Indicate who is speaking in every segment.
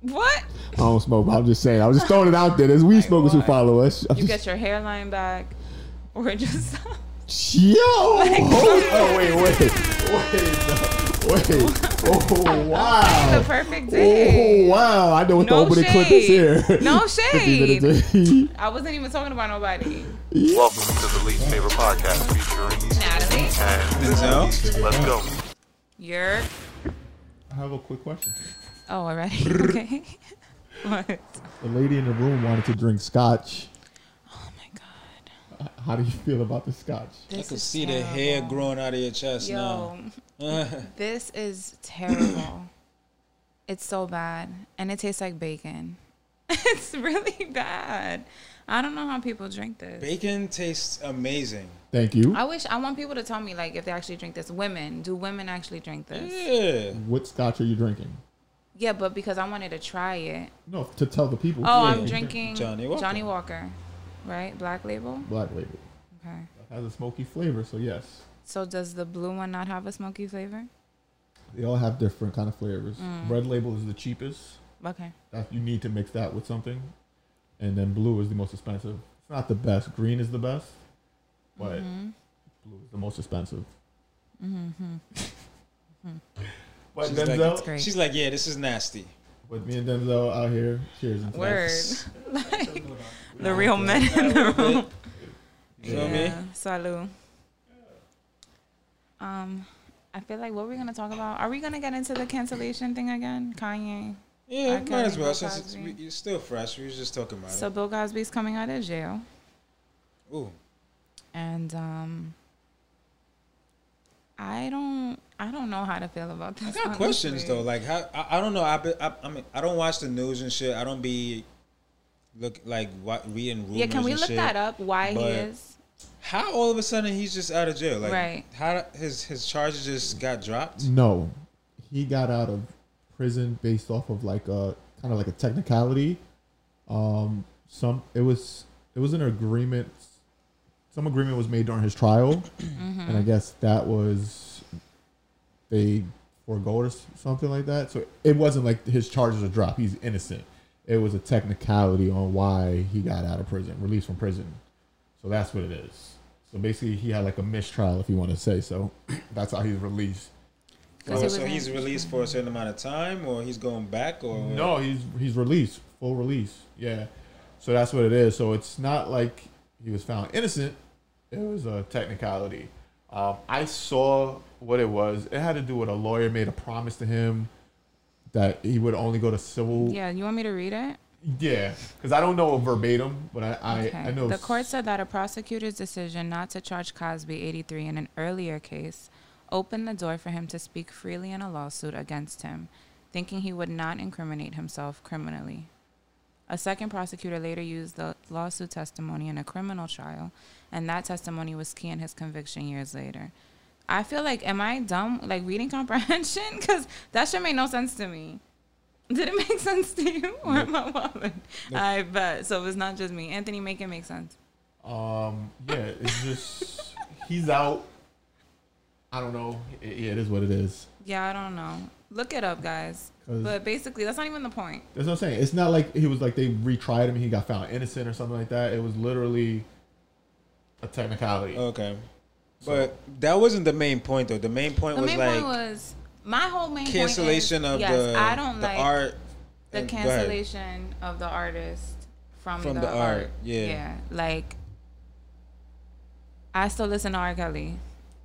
Speaker 1: What?
Speaker 2: I don't smoke, but I'm just saying. I was just throwing it out there. There's weed
Speaker 1: My
Speaker 2: smokers who
Speaker 1: God.
Speaker 2: follow us. I'm
Speaker 1: You
Speaker 2: just-
Speaker 1: get your hairline back, or it just
Speaker 2: Yo! Oh, oh, wait, wait. Wait. no. Wait. Oh,
Speaker 1: the
Speaker 2: wow.
Speaker 1: perfect
Speaker 2: Oh,
Speaker 1: day.
Speaker 2: wow. I know what the
Speaker 1: No
Speaker 2: opening clip is
Speaker 1: shade.
Speaker 2: here.
Speaker 1: No
Speaker 2: 50 minutes in.
Speaker 1: I wasn't even talking about nobody.
Speaker 3: Welcome to the Least Favorite Podcast featuring these
Speaker 1: Natalie,
Speaker 3: and Let's go.
Speaker 1: you're.
Speaker 4: I have a quick question.
Speaker 1: Oh, already. Okay. what? Oh
Speaker 2: The lady in the room wanted to drink scotch.
Speaker 1: my god.
Speaker 2: How do you feel about the scotch?
Speaker 1: This
Speaker 5: I could
Speaker 1: is
Speaker 5: see the
Speaker 1: terrible.
Speaker 5: hair growing out of your chest
Speaker 1: Yo,
Speaker 5: now.
Speaker 1: this is terrible. it's so bad, and it tastes like bacon. it's really bad. I don't know how people drink this.
Speaker 5: Bacon tastes amazing.
Speaker 2: Thank you.
Speaker 1: I wish I want people to tell me like if they actually drink this. Women, do women actually drink this?
Speaker 5: Yeah.
Speaker 2: What scotch are you drinking?
Speaker 1: Yeah, but because I wanted to try it.
Speaker 2: No, to tell the people.
Speaker 1: Oh,
Speaker 2: Yeah.
Speaker 1: I'm drinking
Speaker 5: Johnny Walker.
Speaker 1: Johnny Walker, right? Black Label.
Speaker 2: Black label.
Speaker 1: Okay.
Speaker 2: Has a smoky flavor, so yes.
Speaker 1: So does the blue one not have a smoky flavor?
Speaker 2: They all have different kind of flavors.
Speaker 1: Mm.
Speaker 2: Red label is the cheapest.
Speaker 1: Okay.
Speaker 2: That you need to mix that with something, and then blue is the most expensive. It's not the best. Green is the best, but
Speaker 5: Mm-hmm.
Speaker 2: blue is the most expensive. But
Speaker 5: She's like,
Speaker 2: Denzel,
Speaker 1: That's great.
Speaker 5: She's like, yeah, this is nasty.
Speaker 2: but me and Denzel out here. Cheers. into that.
Speaker 1: Word. like the real men in the room.
Speaker 5: You know what I mean?
Speaker 1: Yeah. Salud. Um, I feel like what we're gonna talk about. Are we gonna get into the cancellation thing again? Kanye.
Speaker 5: Yeah,
Speaker 1: I
Speaker 5: might
Speaker 1: can't
Speaker 5: as well
Speaker 1: even
Speaker 5: since it's, we,
Speaker 1: imagine.
Speaker 5: it's still fresh. We was just talking about
Speaker 1: So Bill Cosby's coming out of jail,
Speaker 5: it. Ooh,
Speaker 1: and um, I don't, I don't know how to feel about this.
Speaker 5: I got questions though.
Speaker 1: honestly.
Speaker 5: Like, how I, I don't know. I, be, I I mean, I don't watch the news and shit. I don't be look like what, reading rumors.
Speaker 1: Yeah, can we
Speaker 5: and
Speaker 1: look
Speaker 5: shit.
Speaker 1: that up? Why he
Speaker 5: but-
Speaker 1: is?
Speaker 5: How all of a sudden he's just out of jail? Like,
Speaker 1: Right.
Speaker 5: How his his charges just got dropped?
Speaker 2: No, he got out of prison based off of like a kind of like a technicality. Um, some it was it was an agreement. Some agreement was made during his trial, and I guess that was they forego or s- something like that. So it wasn't like his charges are dropped. He's innocent. It was a technicality on why he got out of prison, released from prison. So that's what it is. So basically, he had like a mistrial, if you want to say so. That's how he's released.
Speaker 1: 'Cause
Speaker 5: Oh,
Speaker 1: he
Speaker 5: so
Speaker 1: was
Speaker 5: he's
Speaker 1: in- Mm-hmm.
Speaker 5: released for a certain amount of time, or he's going back, or
Speaker 2: No, he's he's released, full release. Yeah, so that's what it is. So it's not like he was found innocent. It was a technicality. Um, I saw what it was. It had to do with a lawyer made a promise to him that he would only go to civil.
Speaker 1: Yeah, you want me to read it?
Speaker 2: Yeah, because I don't know verbatim, but I I,
Speaker 1: Okay.
Speaker 2: I know
Speaker 1: the court said that a prosecutor's decision not to charge Cosby 83 in an earlier case opened the door for him to speak freely in a lawsuit against him, thinking he would not incriminate himself criminally. A second prosecutor later used the lawsuit testimony in a criminal trial, and that testimony was key in his conviction years later. I feel like, am I dumb? Like reading comprehension? Because that shit made no sense to me. Did it make sense to you or am I wallet? I bet. So it's not just me. Anthony, make it make sense.
Speaker 2: Um, yeah, it's just he's out. I don't know. I- yeah, it is what it is.
Speaker 1: Yeah, I don't know. Look it up, guys.
Speaker 2: 'Cause-
Speaker 1: But basically, that's not even the point.
Speaker 2: That's what I'm saying. It's not like he was like they retried him and he got found innocent or something like that. It was literally a technicality.
Speaker 5: Okay. But that wasn't the main point though. The main point
Speaker 1: The
Speaker 5: was
Speaker 1: main
Speaker 5: like
Speaker 1: point was my whole main
Speaker 5: cancellation
Speaker 1: point is,
Speaker 5: of
Speaker 1: yes,
Speaker 5: the
Speaker 1: I don't
Speaker 5: the
Speaker 1: like
Speaker 5: art.
Speaker 1: the
Speaker 5: and- go ahead.
Speaker 1: cancellation of the artist from,
Speaker 5: From
Speaker 1: the,
Speaker 5: the
Speaker 1: art.
Speaker 5: art, yeah.
Speaker 1: yeah, like I still listen to R. Kelly,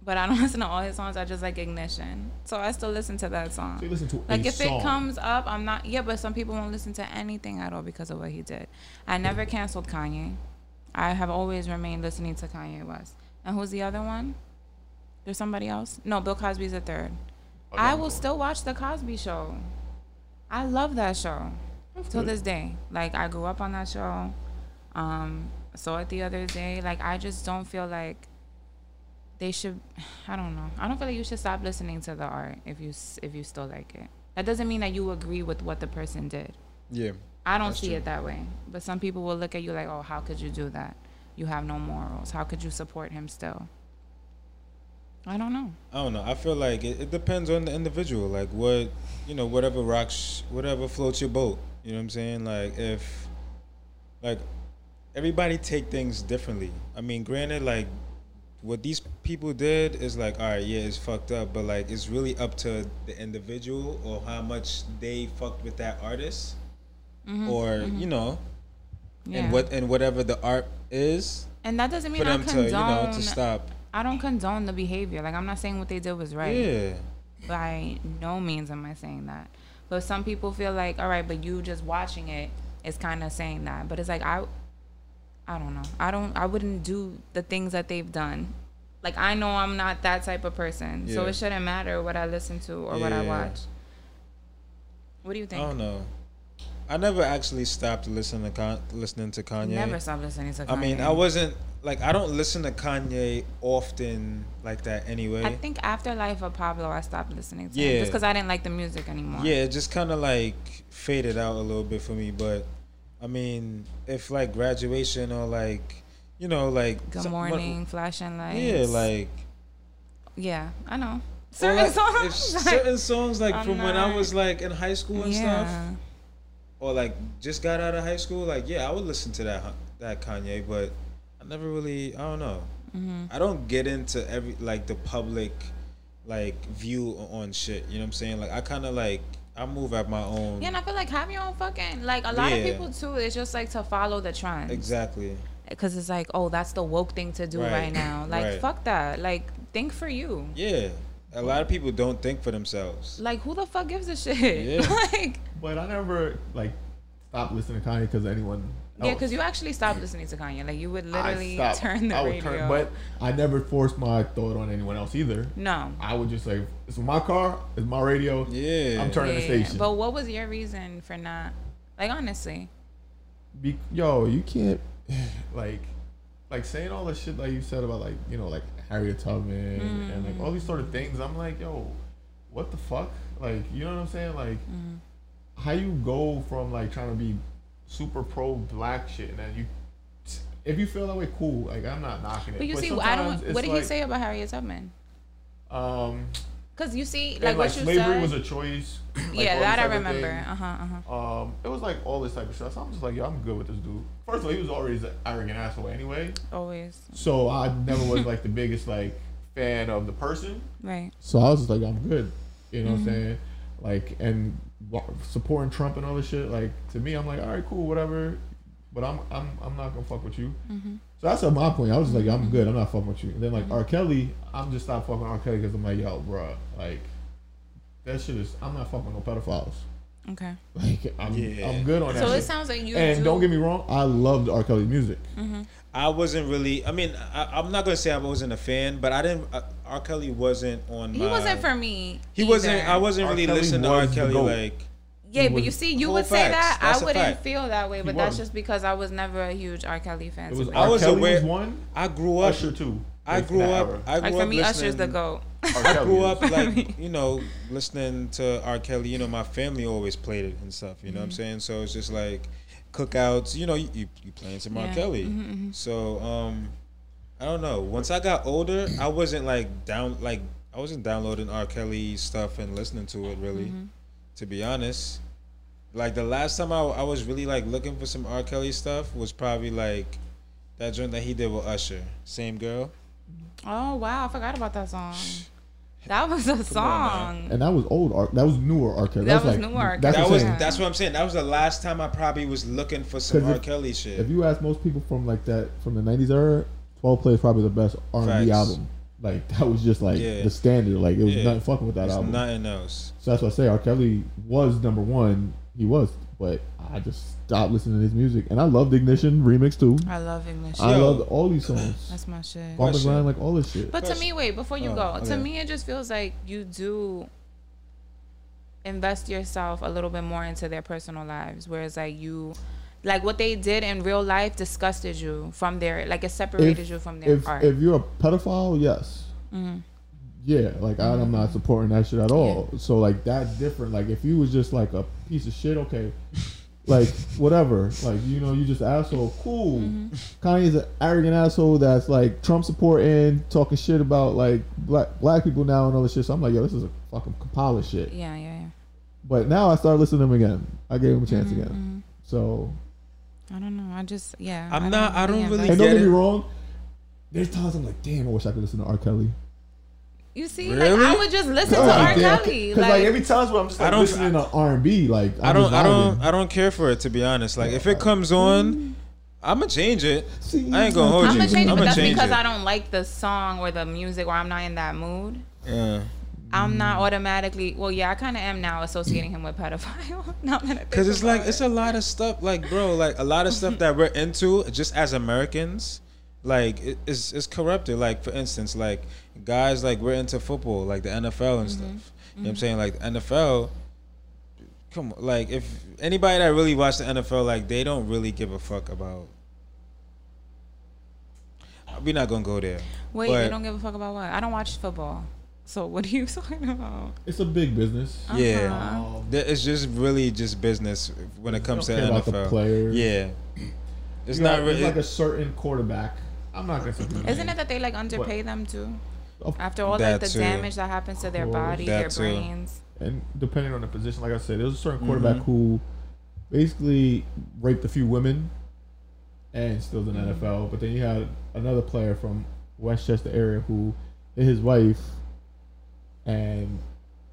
Speaker 1: but I don't listen to all his songs. I just like Ignition, so I still listen to that song.
Speaker 2: So you listen to
Speaker 1: Like
Speaker 2: a
Speaker 1: if
Speaker 2: song.
Speaker 1: it comes up, I'm not. Yeah, but some people won't listen to anything at all because of what he did. I never canceled Kanye. I have always remained listening to Kanye West. And who's the other one? There's somebody else. No, Bill Cosby's the third. I will still watch the Cosby Show. I love that show till this day. Like I grew up on that show. Um, saw it the other day. Like I just don't feel like they should i don't know i don't feel like you should stop listening to the art if you s- if you still like it that doesn't mean that you agree with what the person did
Speaker 5: Yeah.
Speaker 1: i don't see it that way but some people will look at you like oh how could you do that you have no morals how could you support him still i don't know
Speaker 5: I don't know. I feel like it, it depends on the individual. Like what you know, whatever rocks, whatever floats your boat. You know what I'm saying? Like if like everybody take things differently. I mean, granted, like what these people did is like, all right, yeah, it's fucked up, but like it's really up to the individual or how much they fucked with that artist, or you know,
Speaker 1: Mm-hmm. Yeah.
Speaker 5: and what and whatever the art is
Speaker 1: And that doesn't mean
Speaker 5: for
Speaker 1: I
Speaker 5: them to
Speaker 1: condone.
Speaker 5: you know to stop.
Speaker 1: I don't condone the behavior. Like I'm not saying what they did was right.
Speaker 5: Yeah,
Speaker 1: By no means am I saying that. But some people feel like, all right, but you just watching it is kind of saying that. But it's like I, I don't know. I don't. I wouldn't do the things that they've done. Like I know I'm not that type of person, so
Speaker 5: Yeah.
Speaker 1: it shouldn't matter what I listen to or what I
Speaker 5: Yeah.
Speaker 1: watch. What do you
Speaker 5: I
Speaker 1: think?
Speaker 5: don't know. I never actually stopped listening to Con- listening to Kanye.
Speaker 1: Never stop listening to. Kanye.
Speaker 5: I mean, I wasn't like I don't listen to Kanye often like that anyway.
Speaker 1: I think after Life of Pablo, I stopped listening to
Speaker 5: Yeah.
Speaker 1: him just because I didn't like the music anymore.
Speaker 5: yeah, it just kind of like faded out a little bit for me. But I mean, if like graduation or like you know like
Speaker 1: Good
Speaker 5: some- what-
Speaker 1: morning, flashing lights.
Speaker 5: yeah, like
Speaker 1: yeah, I know.
Speaker 5: or,
Speaker 1: Certain
Speaker 5: like, if
Speaker 1: songs, like-
Speaker 5: certain songs like
Speaker 1: I'm
Speaker 5: from when I
Speaker 1: not-
Speaker 5: was like in high school and
Speaker 1: yeah,
Speaker 5: stuff, or like just got out of high school. Like yeah, I would listen to that that Kanye, but I never really I don't know.
Speaker 1: Mm-hmm.
Speaker 5: I don't get into every like the public like view o- on shit. You know what I'm saying? Like I kind of like I move at my own.
Speaker 1: yeah, and I feel like have your own fucking like a lot of
Speaker 5: Yeah.
Speaker 1: people too. It's just like to follow the trend
Speaker 5: Exactly.
Speaker 1: because it's like oh that's the woke thing to do
Speaker 5: Right.
Speaker 1: right, now. Like
Speaker 5: Right.
Speaker 1: fuck that. Like think for you.
Speaker 5: Yeah. A lot of people don't think for themselves.
Speaker 1: Like who the fuck gives a shit?
Speaker 5: Yeah.
Speaker 1: like
Speaker 2: But I never like stopped listening to Kanye because anyone.
Speaker 1: yeah,
Speaker 2: else.
Speaker 1: because you actually stopped listening to Kanye. Like you would literally
Speaker 2: I stopped.
Speaker 1: turn the
Speaker 2: I would
Speaker 1: radio.
Speaker 2: turn- but I never forced my thought on anyone else either.
Speaker 1: no.
Speaker 2: I would just say, "It's my car. It's my radio.
Speaker 5: Yeah.
Speaker 2: I'm turning the station."
Speaker 1: But what was your reason for not? Like honestly,
Speaker 2: Be- yo, you can't like like saying all the shit like you said about like you know like Harriet Tubman and like all these sort of things. I'm like, yo, what the fuck? Like, you know what I'm saying? Like,
Speaker 1: Mm-hmm.
Speaker 2: how you go from like trying to be super pro black shit and then you. If you feel that way, cool. Like I'm not knocking it.
Speaker 1: but you see, I
Speaker 2: sometimes
Speaker 1: don't.
Speaker 2: it's
Speaker 1: What did
Speaker 2: like,
Speaker 1: he say about Harriet Tubman?
Speaker 2: Um,
Speaker 1: Because you see, like,
Speaker 2: and, like,
Speaker 1: what you
Speaker 2: slavery
Speaker 1: said.
Speaker 2: was a choice. like,
Speaker 1: yeah, that
Speaker 2: all this
Speaker 1: I
Speaker 2: type of
Speaker 1: remember.
Speaker 2: thing.
Speaker 1: Uh huh. Uh huh.
Speaker 2: Um, it was like all this type of stuff. So I'm just like, yo, I'm good with this dude. First of all, he was always an arrogant asshole anyway.
Speaker 1: Always.
Speaker 2: So I never was like the biggest like fan of the person.
Speaker 1: Right.
Speaker 2: So I was just like, I'm good. You know
Speaker 1: Mm-hmm.
Speaker 2: what I'm saying? Like, and wa- supporting Trump and all this shit. Like to me, I'm like, all right, cool, whatever. But I'm I'm I'm not gonna fuck with you.
Speaker 1: Mm-hmm.
Speaker 2: So that's at my point. I was just like, I'm good. I'm not fucking with you. And then like R. Kelly, I'm just not fucking with R. Kelly because I'm like, yo, bruh, like that shit is. I'm not fucking with no pedophiles.
Speaker 1: Okay.
Speaker 2: Like I'm
Speaker 5: Yeah.
Speaker 2: I'm good on that.
Speaker 1: So
Speaker 2: shit.
Speaker 1: it sounds Mm-hmm. like you.
Speaker 2: and
Speaker 1: do,
Speaker 2: don't get me wrong, I loved R. Kelly's music.
Speaker 5: I wasn't really. I mean, I, I'm not gonna say I wasn't a fan, but I didn't. Uh, R. Kelly wasn't on.
Speaker 1: He
Speaker 5: my,
Speaker 1: wasn't for me.
Speaker 5: He wasn't.
Speaker 1: either.
Speaker 5: I wasn't
Speaker 2: R.
Speaker 5: really
Speaker 2: Kelly
Speaker 5: listening to R.
Speaker 2: was the
Speaker 5: Kelly
Speaker 2: GOAT.
Speaker 5: like.
Speaker 1: Yeah, but
Speaker 2: was-
Speaker 1: you see, you
Speaker 5: Whole
Speaker 1: would say
Speaker 5: facts.
Speaker 1: that.
Speaker 5: That's a
Speaker 1: I wouldn't
Speaker 5: fact.
Speaker 1: feel that way, but that's
Speaker 2: was.
Speaker 1: just because I was never a huge R. Kelly fan.
Speaker 2: It was
Speaker 1: so-
Speaker 5: I
Speaker 2: R.
Speaker 5: was
Speaker 2: Kelly
Speaker 5: aware-
Speaker 2: was one,
Speaker 5: I grew up.
Speaker 2: Usher two.
Speaker 5: I
Speaker 2: Like,
Speaker 5: grew
Speaker 2: that
Speaker 5: up.
Speaker 2: era.
Speaker 5: I grew
Speaker 1: like for
Speaker 5: up
Speaker 1: me, Usher's the
Speaker 5: listening-
Speaker 1: goat.
Speaker 2: R.
Speaker 5: I
Speaker 2: Kelly
Speaker 5: grew
Speaker 2: is-
Speaker 5: up
Speaker 1: I
Speaker 5: like
Speaker 1: mean-
Speaker 5: you know listening to R. Kelly. You know, my family always played it and stuff. You know what I'm saying? So it's just like cookouts. You know, you you, you playing some R.
Speaker 1: Yeah.
Speaker 5: Kelly. So um, I don't know. Once I got older, I wasn't like down like I wasn't downloading R. Kelly stuff and listening to it really. To be honest, like the last time I, I was really like looking for some R. Kelly stuff was probably like that joint that he did with Usher, same girl.
Speaker 1: Oh wow, I forgot about that song. That was a
Speaker 5: on,
Speaker 1: song.
Speaker 2: And that was old art. That was newer art. Kelly.
Speaker 1: That
Speaker 2: That's
Speaker 1: was
Speaker 2: like,
Speaker 1: newer R.
Speaker 2: That's
Speaker 5: That
Speaker 2: the
Speaker 5: was
Speaker 2: thing.
Speaker 5: that's what I'm saying. That was the last time I probably was looking for some
Speaker 2: 'Cause
Speaker 5: R.
Speaker 2: if-
Speaker 5: Kelly shit.
Speaker 2: If you ask most people from like that from the '90s era, 12 Play is probably the best
Speaker 5: Facts.
Speaker 2: R&B album. Like that was just like
Speaker 5: Yeah.
Speaker 2: the standard. Like it was
Speaker 5: Yeah.
Speaker 2: nothing fucking with that
Speaker 5: There's
Speaker 2: album.
Speaker 5: nothing else.
Speaker 2: so that's why I say R. Kelly was number one. He was, but I just stopped listening to his music. And I loved Ignition remix too.
Speaker 1: I love English.
Speaker 2: I
Speaker 5: Yo.
Speaker 2: loved all these songs.
Speaker 1: That's my shit.
Speaker 2: Bump and
Speaker 5: Question.
Speaker 2: grind, like all this shit.
Speaker 1: But to
Speaker 5: Question.
Speaker 1: me, wait, before you
Speaker 5: Oh,
Speaker 1: go, to
Speaker 5: okay.
Speaker 1: me, it just feels like you do invest yourself a little bit more into their personal lives, whereas like you, like what they did in real life disgusted you from their, like it separated you from their
Speaker 2: if,
Speaker 1: art.
Speaker 2: if you're a pedophile, yes. Yeah, like I, I'm not supporting that shit at all. So like that's different. Like if you was just like a piece of shit, okay, like whatever. Like you know, you just asshole. Cool. Kanye's an arrogant asshole that's like Trump supporting, talking shit about like black black people now and all this shit. So I'm like, yo, this is a fucking compile of shit.
Speaker 1: yeah, yeah, yeah.
Speaker 2: But now I started listening to him again. I gave him a chance again. So
Speaker 1: I don't know. I just yeah.
Speaker 5: I'm not- I don't really
Speaker 1: invested.
Speaker 2: and don't
Speaker 5: get
Speaker 2: get me
Speaker 5: it.
Speaker 2: wrong. There's times I'm like, damn, I wish I could listen to R. Kelly.
Speaker 1: You see,
Speaker 5: Really?
Speaker 1: like I would just listen to
Speaker 2: God
Speaker 1: R.
Speaker 2: damn.
Speaker 1: Kelly.
Speaker 2: Oh, 'Cause, like,
Speaker 1: Like,
Speaker 2: every time I'm just like,
Speaker 5: I don't-
Speaker 2: listening to R and B. Like I'm
Speaker 5: I don't,
Speaker 2: just
Speaker 5: I don't,
Speaker 2: vibing.
Speaker 5: I don't care for it to be honest. Like if it comes on, I'ma change it. I ain't gonna hold
Speaker 1: I'm
Speaker 5: you.
Speaker 1: gonna change it,
Speaker 5: I'ma
Speaker 1: but that's
Speaker 5: change
Speaker 1: because
Speaker 5: it.
Speaker 1: I don't like the song or the music, or I'm not in that mood.
Speaker 5: Yeah.
Speaker 1: I'm not automatically. Well, yeah, I kind of am now associating him with pedophile. not
Speaker 5: Cause it's like it's a lot of stuff, like bro, like a lot of stuff that we're into just as Americans, like it- it's it's corrupted. Like for instance, like guys, like we're into football, like the NFL and stuff. You know what I'm saying? Like the NFL, come on, like if anybody that really watch the NFL, like they don't really give a fuck about. We're not gonna go there.
Speaker 1: Wait,
Speaker 5: but-
Speaker 1: they don't give a fuck about what? I don't watch football. So what are you talking about?
Speaker 2: It's a big business.
Speaker 1: Uh-huh.
Speaker 5: Yeah,
Speaker 2: Um,
Speaker 5: Th- it's just really just business when it comes to
Speaker 2: don't care
Speaker 5: NFL.
Speaker 2: about the players.
Speaker 5: Yeah, it's
Speaker 2: You
Speaker 5: not
Speaker 2: got-
Speaker 5: really.
Speaker 2: it's like a certain quarterback. I'm not gonna say his name.
Speaker 1: Isn't it that they like underpay them too?
Speaker 2: Of-
Speaker 1: After all
Speaker 5: That
Speaker 1: like the
Speaker 5: too.
Speaker 1: damage that happens to their
Speaker 2: course.
Speaker 1: body,
Speaker 5: That
Speaker 1: their
Speaker 5: too.
Speaker 1: brains.
Speaker 2: and depending on the position, like I said, there's a
Speaker 5: Mm-hmm.
Speaker 2: certain quarterback who basically raped a few women and still in the
Speaker 5: Mm-hmm.
Speaker 2: NFL. But then you had another player from Westchester area who hit his wife and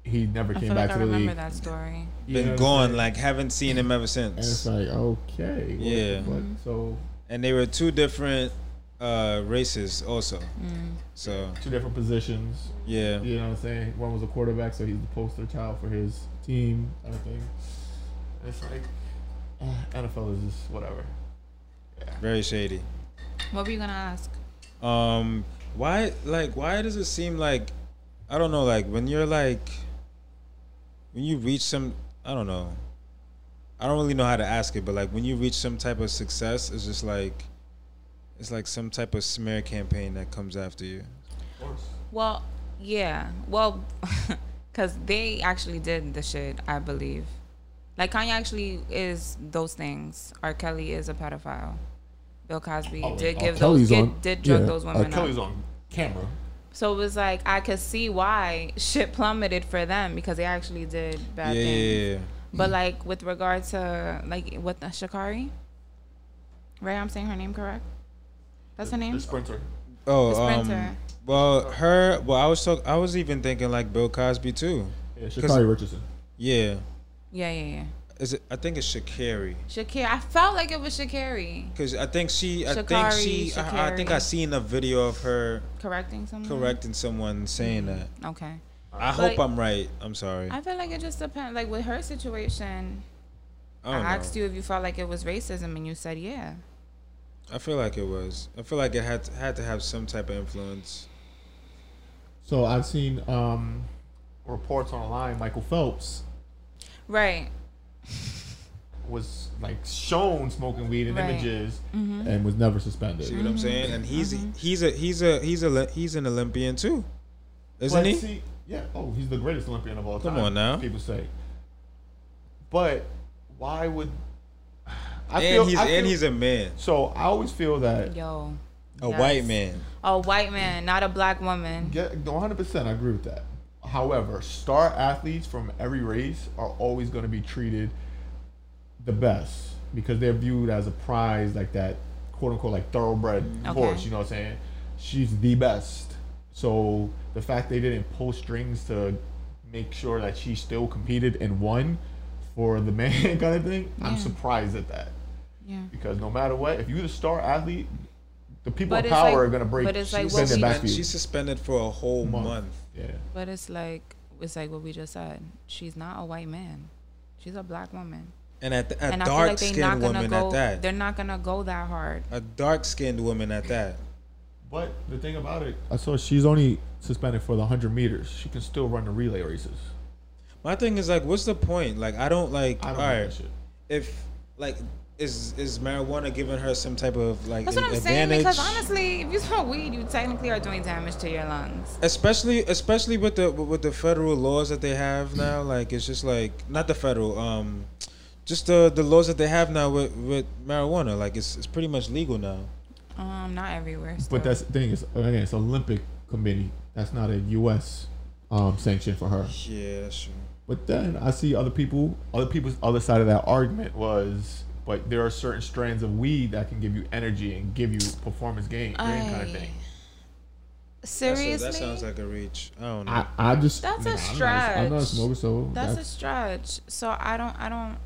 Speaker 2: he never
Speaker 1: I
Speaker 2: came
Speaker 1: feel
Speaker 2: back
Speaker 1: like I
Speaker 2: to the
Speaker 1: remember
Speaker 2: league.
Speaker 1: that story.
Speaker 2: You know
Speaker 5: been
Speaker 2: what I'm
Speaker 5: gone.
Speaker 2: saying?
Speaker 5: Like haven't seen him ever
Speaker 2: And it's
Speaker 5: since.
Speaker 2: like, okay. what-
Speaker 5: Yeah.
Speaker 2: What, so
Speaker 5: And they were two different uh, races also.
Speaker 1: Mm.
Speaker 5: So
Speaker 2: two different positions.
Speaker 5: yeah,
Speaker 2: You know what I'm saying? One was a quarterback, so he's the poster child for his team kind of thing. And it's like, ah, NFL is just whatever.
Speaker 5: very shady.
Speaker 1: What were you gonna ask?
Speaker 5: Um, why like why does it seem like I don't know like when you're like when you reach some I don't know I don't really know how to ask it but like when you reach some type of success it's just like it's like some type of smear campaign that comes after you.
Speaker 1: Well, yeah. Well, because they actually did the shit, I believe. Like Kanye actually is those things. R. Kelly is a pedophile. Bill Cosby did give those did, did drug those women up.
Speaker 2: Uh, on camera.
Speaker 1: So it was like I could see why shit plummeted for them because they actually did
Speaker 5: Yeah,
Speaker 1: bad
Speaker 5: yeah,
Speaker 1: things.
Speaker 5: yeah, yeah.
Speaker 1: But like with regard to like what the Shakari, right? I'm saying her name correct. That's her name.
Speaker 2: sprinter.
Speaker 5: Oh,
Speaker 1: The
Speaker 5: um,
Speaker 1: sprinter.
Speaker 5: well, her. Well, I was talk, I was even thinking like Bill Cosby too.
Speaker 2: Yeah, Shakari Richardson.
Speaker 5: Yeah,
Speaker 1: Yeah, yeah, yeah.
Speaker 5: is it? I think it's Shakari.
Speaker 1: Shakira. I felt like it was Shakari
Speaker 5: Cause I think she, I think
Speaker 1: Sha'Carri,
Speaker 5: she, I, I think I
Speaker 1: Sha'Carri.
Speaker 5: seen a video of her
Speaker 1: correcting someone.
Speaker 5: correcting someone saying that.
Speaker 1: Okay.
Speaker 5: I
Speaker 1: Like-
Speaker 5: hope I'm right. I'm sorry. I,
Speaker 1: I feel like it just depends. Like with her situation, I,
Speaker 5: don't know.
Speaker 1: asked you if you felt like it was racism, and you said yeah.
Speaker 5: I feel like it was. I feel like it had to, had to have some type of influence.
Speaker 2: So I've seen um, reports online. Michael Phelps
Speaker 1: Right.
Speaker 2: was like shown smoking weed in
Speaker 1: Right. Mm-hmm.
Speaker 2: images and was never suspended.
Speaker 5: See what I'm saying? And he's he's a he's a he's a Olymp- he's an Olympian too, isn't
Speaker 2: But
Speaker 5: he?
Speaker 2: see- yeah. Oh, he's the greatest Olympian of all time.
Speaker 5: Come on now.
Speaker 2: People say. But why would? I
Speaker 5: and he's
Speaker 2: I
Speaker 5: and he's a man,
Speaker 2: So I always feel that.
Speaker 1: Yo.
Speaker 5: a
Speaker 1: Yes.
Speaker 5: white man.
Speaker 1: A white man, not a black woman.
Speaker 2: Get 100%. I agree with that. However, star athletes from every race are always going to be treated the best because they're viewed as a prize, like that quote unquote, like thoroughbred
Speaker 1: Mm-hmm.
Speaker 2: horse. You know what I'm saying? She's the best. So the fact they didn't pull strings to make sure that she still competed and won for the man kind of thing, I'm surprised at that.
Speaker 1: Yeah.
Speaker 2: Because no matter what, if you're the star athlete, the people
Speaker 1: But
Speaker 2: in
Speaker 1: it's
Speaker 2: power
Speaker 1: like-
Speaker 2: are going to break
Speaker 1: but it's like
Speaker 2: send
Speaker 1: what
Speaker 2: it
Speaker 1: we-
Speaker 2: back to
Speaker 5: And
Speaker 2: you.
Speaker 5: she's suspended for a whole month.
Speaker 2: Yeah.
Speaker 1: But it's like it's like what we just said. She's not a white man. She's a black woman.
Speaker 5: And at the, a
Speaker 1: And I feel
Speaker 5: dark
Speaker 1: like they're not
Speaker 5: skinned
Speaker 1: gonna
Speaker 5: woman
Speaker 1: go
Speaker 5: at
Speaker 1: they're
Speaker 5: that.
Speaker 1: not gonna go that hard.
Speaker 5: A dark skinned woman at that.
Speaker 2: But the thing about it, I saw she's only suspended for the 100 meters. She can still run the relay races.
Speaker 5: My thing is like, what's the point? Like, I don't like.
Speaker 2: I don't
Speaker 5: all
Speaker 2: know
Speaker 5: right,
Speaker 2: that shit.
Speaker 5: if like, is is marijuana giving her some type of like
Speaker 1: That's what I'm saying
Speaker 5: advantage?
Speaker 1: because honestly, if you smoke weed, you technically are doing damage to your lungs.
Speaker 5: especially especially with the with the federal laws that they have now like it's just like not the federal um just the the laws that they have now with with marijuana like it's it's pretty much legal now
Speaker 1: Um, not everywhere. still.
Speaker 2: But that's the thing is, again, it's Olympic committee. That's not a U.S. Um, sanction for her.
Speaker 5: yeah that's true
Speaker 2: But then I see other people, other people's other side of that argument was, but there are certain strands of weed that can give you energy and give you performance gain, gain kind of thing.
Speaker 5: That's a-
Speaker 1: Seriously,
Speaker 5: that sounds like a reach. I don't know.
Speaker 2: I, I just
Speaker 1: That's a
Speaker 2: nah, I'm not a- I'm not a
Speaker 1: stretch.
Speaker 2: smoker, so
Speaker 1: that's,
Speaker 2: that's,
Speaker 1: a stretch. So I don't, I don't,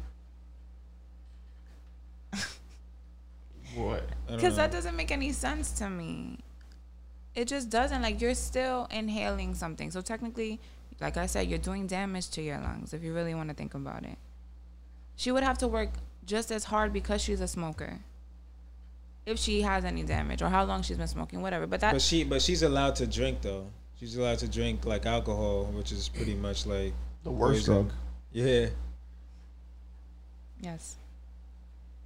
Speaker 2: what.
Speaker 5: I don't
Speaker 1: because
Speaker 5: know.
Speaker 1: that doesn't make any sense to me. It just doesn't. Like you're still inhaling something. So technically, like I said, you're doing damage to your lungs if you really want to think about it. She would have to work just as hard because she's a smoker. If she has any damage or how long she's been smoking, whatever. But that
Speaker 5: But she but she's allowed to drink though. She's allowed to drink like alcohol, which is pretty much like
Speaker 2: The worst
Speaker 5: poison.
Speaker 2: drug.
Speaker 5: Yeah,
Speaker 1: yes.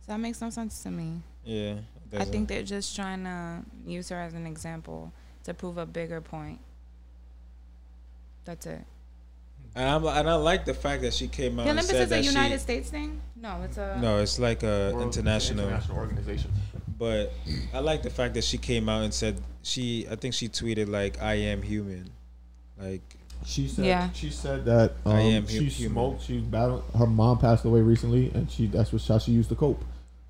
Speaker 1: So that makes no sense to me.
Speaker 5: yeah. it
Speaker 1: I
Speaker 5: doesn't-
Speaker 1: think they're just trying to use her as an example to prove a bigger point. That's it.
Speaker 5: and, I'm, and I like the fact that she came out. and
Speaker 1: Cannabis
Speaker 5: Oh, said
Speaker 1: is a
Speaker 5: that she-
Speaker 1: United States thing? No, it's a.
Speaker 5: No, it's like a
Speaker 2: World-
Speaker 5: international.
Speaker 2: international organization.
Speaker 5: But I like the fact that she came out and said she. I think she tweeted like, "I am human," like
Speaker 2: She said.
Speaker 1: Yeah.
Speaker 2: She said that um,
Speaker 5: I am hu-
Speaker 2: she
Speaker 5: human.
Speaker 2: smoked. She battled. Her mom passed away recently, and she that's what how she used to cope.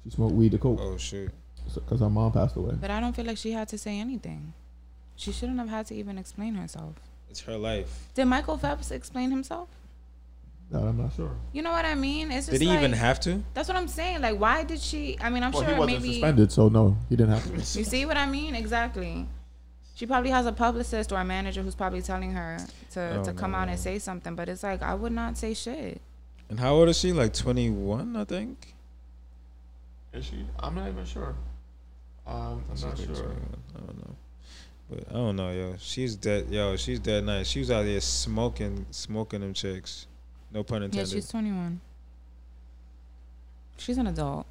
Speaker 2: She smoked weed to cope
Speaker 5: "Oh shoot."
Speaker 2: because her mom passed away.
Speaker 1: But I don't feel like she had to say anything. She shouldn't have had to even explain herself.
Speaker 5: It's her life.
Speaker 1: Did Michael Phelps explain himself?
Speaker 2: That I'm not sure.
Speaker 1: You know what I mean? It's just
Speaker 5: Did he
Speaker 1: like,
Speaker 5: even have to?
Speaker 1: That's what I'm saying. Like, why did she? I mean, I'm
Speaker 2: Well,
Speaker 1: sure
Speaker 2: he wasn't
Speaker 1: maybe.
Speaker 2: suspended, so no, he didn't have to.
Speaker 1: You see what I mean? Exactly. She probably has a publicist or a manager who's probably telling her to,
Speaker 5: Oh,
Speaker 1: to come
Speaker 5: no.
Speaker 1: out and say something, but it's like I would not say shit.
Speaker 5: And how old is she? Like twenty one, I think.
Speaker 2: Is she? I'm not even sure. Um, I'm
Speaker 5: She's like 21. I don't know. But I don't know, yo. She's dead, yo. She's dead nice. She was out there smoking, smoking them chicks. No pun intended.
Speaker 1: Yeah, she's 21. She's an adult.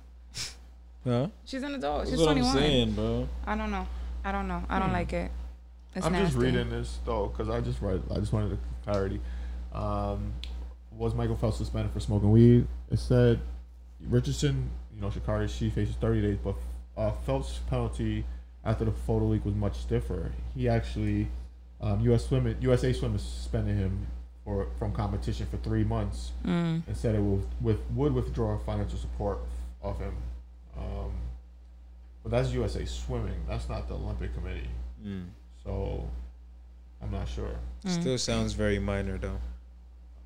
Speaker 5: huh?
Speaker 1: She's an adult.
Speaker 5: That's
Speaker 1: She's
Speaker 5: what
Speaker 1: 21.
Speaker 5: I'm saying, bro.
Speaker 1: I don't know. I don't know. I don't like it. It's
Speaker 2: I'm just
Speaker 1: nasty.
Speaker 2: reading this though because I just read. I just wanted to clarity. Um, was Michael Phelps suspended for smoking weed? It said Richardson, you know, Shikari, she faces 30 days, but uh, Phelps' penalty after the photo leak was much stiffer. He actually, um, U.S. swimming, USA swimmers suspended him for from competition for three months
Speaker 1: Mm.
Speaker 2: and said it will with would withdraw financial support of him. Um, but that's USA swimming. That's not the Olympic Committee.
Speaker 5: Mm.
Speaker 2: So I'm not sure.
Speaker 1: Mm.
Speaker 5: Still sounds very minor, though.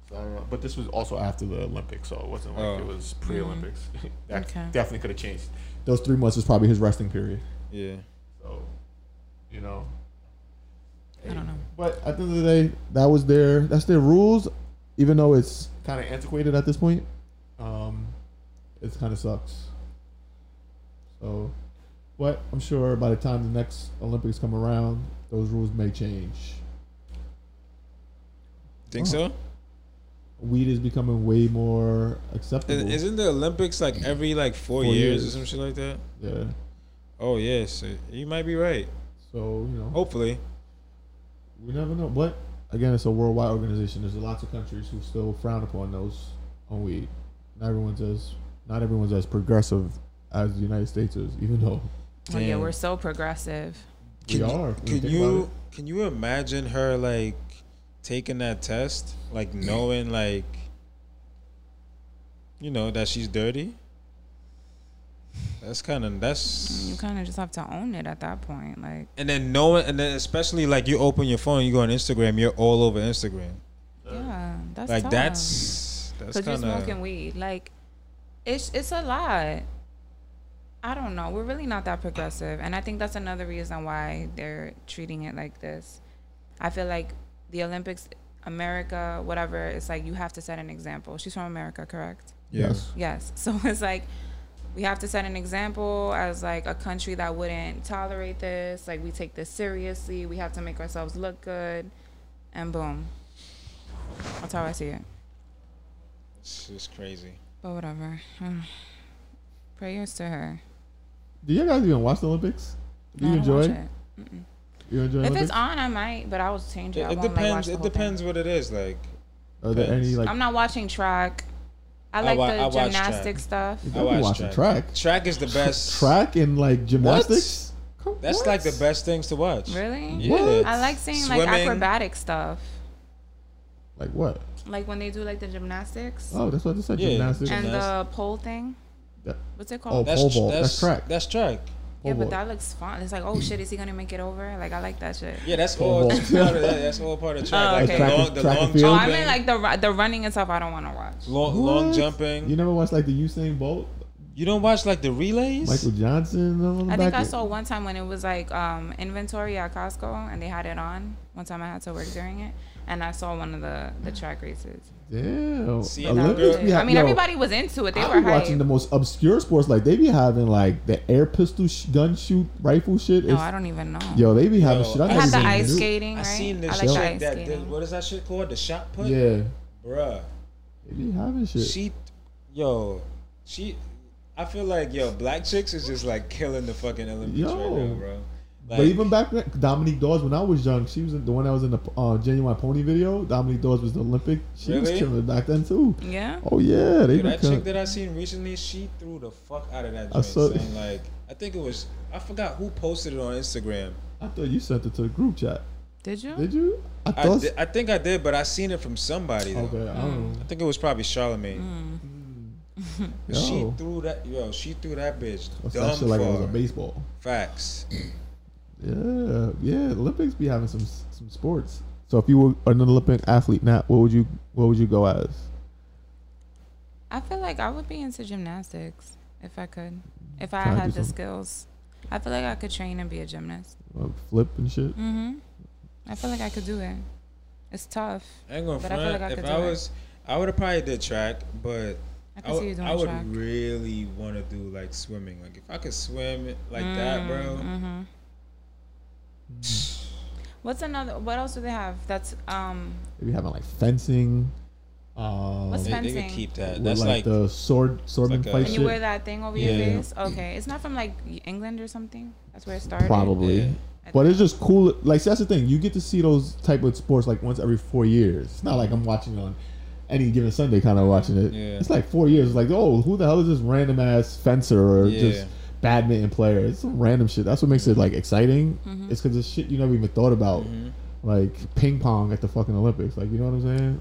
Speaker 2: So, I don't know. but this was also after the Olympics, so it wasn't like
Speaker 5: Oh.
Speaker 2: it was pre-Olympics. that
Speaker 1: Okay.
Speaker 2: definitely could have changed. Mm-hmm. Those three months is probably his resting period.
Speaker 5: Yeah.
Speaker 2: So, you know.
Speaker 1: I don't know.
Speaker 2: But at the end of the day, that was their that's their rules, even though it's kind of antiquated at this point. Um, it kind of sucks. So, but I'm sure by the time the next Olympics come around, those rules may change.
Speaker 5: Think so?
Speaker 2: Weed is becoming way more acceptable.
Speaker 5: Is, not the Olympics like every like four,
Speaker 2: Four
Speaker 5: years, or
Speaker 2: years.
Speaker 5: some shit like that?
Speaker 2: yeah.
Speaker 5: Oh yes, uh, you might be right.
Speaker 2: So you know,
Speaker 5: Hopefully,
Speaker 2: we never know. But again, it's a worldwide organization. There's lots of countries who still frown upon those on weed. Not everyone's as not everyone's as progressive as the United States is, even though
Speaker 1: Oh, yeah,
Speaker 5: Damn.
Speaker 1: we're so progressive.
Speaker 2: we
Speaker 5: you-
Speaker 2: are. when
Speaker 5: Can
Speaker 2: think
Speaker 5: you
Speaker 2: about
Speaker 5: can you imagine her like taking that test, like knowing like you know that she's dirty? That's kind of
Speaker 1: You
Speaker 5: that's
Speaker 1: kind of just have to own it at that point. Like,
Speaker 5: and then knowing and then especially like you open your phone, you go on Instagram, you're all over Instagram.
Speaker 1: yeah, that's
Speaker 5: Like
Speaker 1: tough.
Speaker 5: that's that's
Speaker 1: because you're
Speaker 5: kind
Speaker 1: smoking
Speaker 5: of
Speaker 1: weed. Like, it's it's a lot. I don't know. We're really not that progressive, and I think that's another reason why they're treating it like this. I feel like the Olympics, America, whatever. It's like you have to set an example. She's from America, correct?
Speaker 2: Yes.
Speaker 1: Yes. So it's like we have to set an example as like a country that wouldn't tolerate this. Like we take this seriously. We have to make ourselves look good. And boom. That's how I see it.
Speaker 5: it's just crazy.
Speaker 1: But whatever. Prayers to her.
Speaker 2: Do you guys even watch the Olympics? Do you
Speaker 1: I don't
Speaker 2: enjoy?
Speaker 1: watch
Speaker 2: it? You enjoy
Speaker 1: If it's
Speaker 2: Olympics?
Speaker 1: on, I might, but I will change it.
Speaker 5: It,
Speaker 1: I
Speaker 5: it
Speaker 1: won't like watch
Speaker 5: depends.
Speaker 1: the
Speaker 5: It
Speaker 1: whole thing.
Speaker 5: depends what it is like.
Speaker 2: Are there any like?
Speaker 1: I'm not watching track. I like
Speaker 5: wa- I watch
Speaker 1: the
Speaker 5: track.
Speaker 1: gymnastic stuff.
Speaker 2: you
Speaker 5: I
Speaker 2: gotta be
Speaker 5: watch
Speaker 2: watching
Speaker 5: track.
Speaker 2: track.
Speaker 5: Track is the best.
Speaker 2: Track and like gymnastics. Come-
Speaker 5: That's
Speaker 2: what?
Speaker 5: like the best things to watch.
Speaker 1: Really?
Speaker 5: Yeah.
Speaker 1: I like seeing like
Speaker 5: Swimming.
Speaker 1: acrobatic stuff.
Speaker 2: Like what?
Speaker 1: Like when they do like the gymnastics
Speaker 2: Oh, that's what this said.
Speaker 5: Yeah.
Speaker 2: Gymnastics.
Speaker 1: and the
Speaker 5: gymnastics.
Speaker 1: pole thing.
Speaker 2: That-
Speaker 1: What's it
Speaker 2: oh,
Speaker 1: called?
Speaker 5: That's
Speaker 2: pole
Speaker 5: tr-
Speaker 2: vault. That's,
Speaker 5: that's
Speaker 2: track.
Speaker 5: That's track.
Speaker 1: yeah,
Speaker 2: pole
Speaker 1: but
Speaker 2: vault.
Speaker 1: that looks fun. It's like, oh shit, is he gonna make it over? Like I like that shit.
Speaker 5: Yeah, that's
Speaker 2: Pole
Speaker 5: all.
Speaker 2: vault.
Speaker 5: That's part of that. That's all part of track.
Speaker 1: Oh,
Speaker 5: like
Speaker 1: okay.
Speaker 5: the
Speaker 1: Track
Speaker 5: long,
Speaker 2: and-
Speaker 5: the
Speaker 2: track
Speaker 5: long
Speaker 2: and field?
Speaker 1: Oh,
Speaker 5: jumping,
Speaker 1: I mean like the ru- the running and stuff. I don't want to watch.
Speaker 5: long, long
Speaker 2: What?
Speaker 5: jumping.
Speaker 2: You never watched like the Usain Bolt,
Speaker 5: You don't watch like the relays?
Speaker 2: Michael Johnson. all them
Speaker 1: I think
Speaker 2: back
Speaker 1: I
Speaker 2: in-
Speaker 1: saw one time when it was like um, inventory at Costco and they had it on. One time I had to work during it, and I saw one of the the track races.
Speaker 2: Damn.
Speaker 5: See,
Speaker 1: That was
Speaker 5: Olympics
Speaker 1: it.
Speaker 2: be ha-
Speaker 1: I mean,
Speaker 2: yo,
Speaker 1: everybody was into it. They
Speaker 2: I
Speaker 1: were
Speaker 2: be watching
Speaker 1: hyped.
Speaker 2: the most obscure sports. Like they be having like the air pistol sh- gun shoot rifle shit.
Speaker 1: No,
Speaker 2: It's-
Speaker 1: I don't even know.
Speaker 2: yo, they be having
Speaker 5: Yo,
Speaker 2: shit. I
Speaker 5: I
Speaker 1: they
Speaker 2: never
Speaker 1: had the
Speaker 2: even
Speaker 1: ice
Speaker 2: knew.
Speaker 1: skating,
Speaker 5: I
Speaker 1: right?
Speaker 5: seen
Speaker 1: I
Speaker 5: this
Speaker 1: like the
Speaker 5: chick
Speaker 1: ice
Speaker 5: that did,
Speaker 1: skating.
Speaker 5: what is that shit called? The shot put?
Speaker 2: Yeah,
Speaker 5: Bruh.
Speaker 2: they be having shit.
Speaker 5: She yo, she I feel like yo, black chicks is just like killing the fucking Olympics right
Speaker 2: Yo.
Speaker 5: now, bro. Like,
Speaker 2: but even back then, Dominique Dawes, when I was young, she was in, the one that was in the uh, genuine pony video. Dominique Dawes was the Olympic. She was
Speaker 5: Really?
Speaker 2: killing it back then too.
Speaker 1: Yeah.
Speaker 2: Oh yeah, they be
Speaker 5: yo, that chick
Speaker 2: killing.
Speaker 5: that I seen recently, she threw the fuck out of that
Speaker 2: I
Speaker 5: joint.
Speaker 2: saw-
Speaker 5: son. Like I think it was I forgot who posted it on Instagram.
Speaker 2: I thought you sent it to the group chat.
Speaker 1: Did you?
Speaker 2: Did you? I
Speaker 5: I,
Speaker 2: thought.
Speaker 5: di- I think I did, Mm. but I seen it from somebody though.
Speaker 2: okay, I don't know.
Speaker 5: I think it was probably Charlemagne.
Speaker 1: Mm.
Speaker 5: But She
Speaker 2: Yo.
Speaker 5: threw that yo, she threw that bitch
Speaker 2: What's
Speaker 5: dumb
Speaker 2: that shit like it was a
Speaker 5: far.
Speaker 2: baseball.
Speaker 5: Facts.
Speaker 2: Yeah, yeah. Olympics be having some some sports. So if you were an Olympic athlete, now what would you what would you go as?
Speaker 1: I feel like I would be into gymnastics if I could, if I
Speaker 2: Try to
Speaker 1: had
Speaker 2: do
Speaker 1: the
Speaker 2: something.
Speaker 1: skills. I feel like I could train and be a gymnast.
Speaker 2: Like flip and shit.
Speaker 1: Mhm. I feel like I could do it. It's tough.
Speaker 5: I ain't gonna
Speaker 1: But I feel
Speaker 5: front.
Speaker 1: like I
Speaker 5: if
Speaker 1: could
Speaker 5: I
Speaker 1: do it.
Speaker 5: was, I would have probably did track, but
Speaker 1: I
Speaker 5: I
Speaker 1: could see you
Speaker 5: would-
Speaker 1: doing
Speaker 5: I would
Speaker 1: track.
Speaker 5: really want to do like swimming. Like if I could swim like that, bro.
Speaker 1: Mm, Mm-hmm. What's another? What else do they have? That's um.
Speaker 2: They be having like fencing. Um,
Speaker 1: What's
Speaker 5: They, they could
Speaker 1: Fencing.
Speaker 5: keep that.
Speaker 2: with,
Speaker 5: That's
Speaker 2: like,
Speaker 5: like,
Speaker 2: the sword swordman
Speaker 5: like a-
Speaker 2: fight
Speaker 5: And
Speaker 1: And you wear
Speaker 2: shit.
Speaker 1: that thing over your
Speaker 5: Yeah.
Speaker 1: face. Okay, it's not from like England or something. That's where it started.
Speaker 2: Probably.
Speaker 5: Yeah.
Speaker 1: I
Speaker 2: But
Speaker 1: think.
Speaker 2: it's just cool. Like see, that's the thing. You get to see those type of sports like once every four years. It's not like I'm watching on any given Sunday, kind of watching it.
Speaker 5: Yeah.
Speaker 2: It's like four years. Like, oh, who the hell is this random ass fencer or
Speaker 5: Yeah.
Speaker 2: just badminton player? It's some random shit. That's what makes it like exciting.
Speaker 5: Mm-hmm.
Speaker 2: It's because it's shit you never even thought about, like ping pong at the fucking Olympics. Like, you know what I'm saying?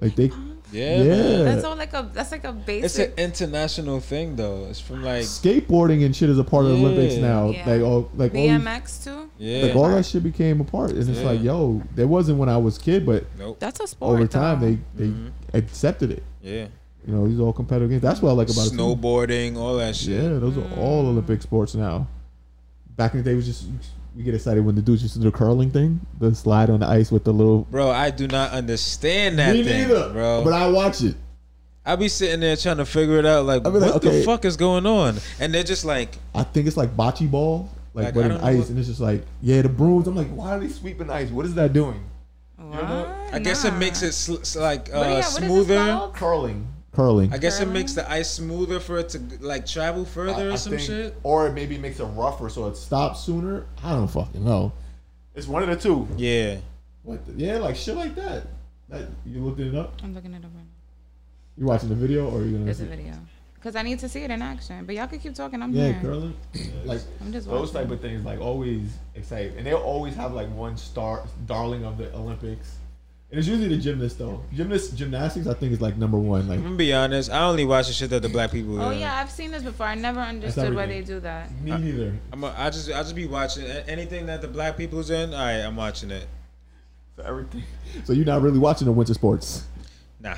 Speaker 2: Like they,
Speaker 5: yeah,
Speaker 2: yeah,
Speaker 5: man.
Speaker 1: That's all like a. That's like a
Speaker 5: It's an
Speaker 1: basic.
Speaker 5: international thing though. It's from like
Speaker 2: skateboarding and shit is a part of the Olympics
Speaker 5: Yeah.
Speaker 2: now.
Speaker 1: Yeah.
Speaker 2: Like, all like all these-
Speaker 1: BMX too.
Speaker 5: yeah.
Speaker 2: Like all that shit became a part, and it's
Speaker 5: Yeah.
Speaker 2: like, yo, there wasn't when I was kid, but
Speaker 5: nope.
Speaker 1: That's a sport.
Speaker 2: over time
Speaker 1: though.
Speaker 2: they they
Speaker 5: Mm-hmm.
Speaker 2: accepted it.
Speaker 5: yeah.
Speaker 2: You know, these are all competitive games. That's what I like about it.
Speaker 5: Snowboarding, all that
Speaker 2: too.
Speaker 5: shit.
Speaker 2: Yeah, those are all Olympic sports now. Back in the day, it was just we get excited when the dudes used to do the curling thing, the slide on the ice with the little.
Speaker 5: Bro, I do not understand that
Speaker 2: Me
Speaker 5: thing,
Speaker 2: neither,
Speaker 5: bro.
Speaker 2: But I watch it.
Speaker 5: I be sitting there trying to figure it out, like,
Speaker 2: I be like,
Speaker 5: what
Speaker 2: okay.
Speaker 5: the fuck is going on? And they're just like,
Speaker 2: I think it's like bocce ball, like,
Speaker 5: Like,
Speaker 2: but
Speaker 5: I
Speaker 2: in
Speaker 5: don't know
Speaker 2: ice,
Speaker 5: what-
Speaker 2: and it's just like, yeah, the brooms. I'm like, why are they sweeping ice? What is that doing?
Speaker 5: I guess it makes it sl- s- like uh,
Speaker 1: What do you- what is this
Speaker 5: smoother.
Speaker 1: called?
Speaker 2: Curling. Curling.
Speaker 5: I guess it
Speaker 1: Curling?
Speaker 5: makes the ice smoother for it to like travel further
Speaker 2: I- I
Speaker 5: or some
Speaker 2: think-
Speaker 5: shit.
Speaker 2: Or it maybe makes it rougher so it stops sooner. I don't fucking know. It's one of the two.
Speaker 5: Yeah.
Speaker 2: What the- yeah, like shit like that. That- you looking it up?
Speaker 1: I'm looking it up. right now.
Speaker 2: You watching the video or you gonna?
Speaker 1: There's a video. Cause I need to see it in action. But y'all can keep talking. I'm
Speaker 2: Yeah,
Speaker 1: here.
Speaker 2: curling. Like
Speaker 1: I'm just
Speaker 2: those
Speaker 1: watching.
Speaker 2: type of things, like always excite, and they'll always have like one star darling of the Olympics. And it's usually the gymnast though. Gymnast gymnastics, I think, is like number one. Like
Speaker 5: I'm gonna be honest. I only watch the shit that the black people.
Speaker 1: Oh
Speaker 5: do.
Speaker 1: yeah, I've seen this before. I never understood why they
Speaker 2: everything.
Speaker 1: do that.
Speaker 2: me neither.
Speaker 5: I'm a, I just I just be watching a- anything that the black people's in. All right, I'm watching it.
Speaker 2: So everything. So you're not really watching the winter sports.
Speaker 5: Nah.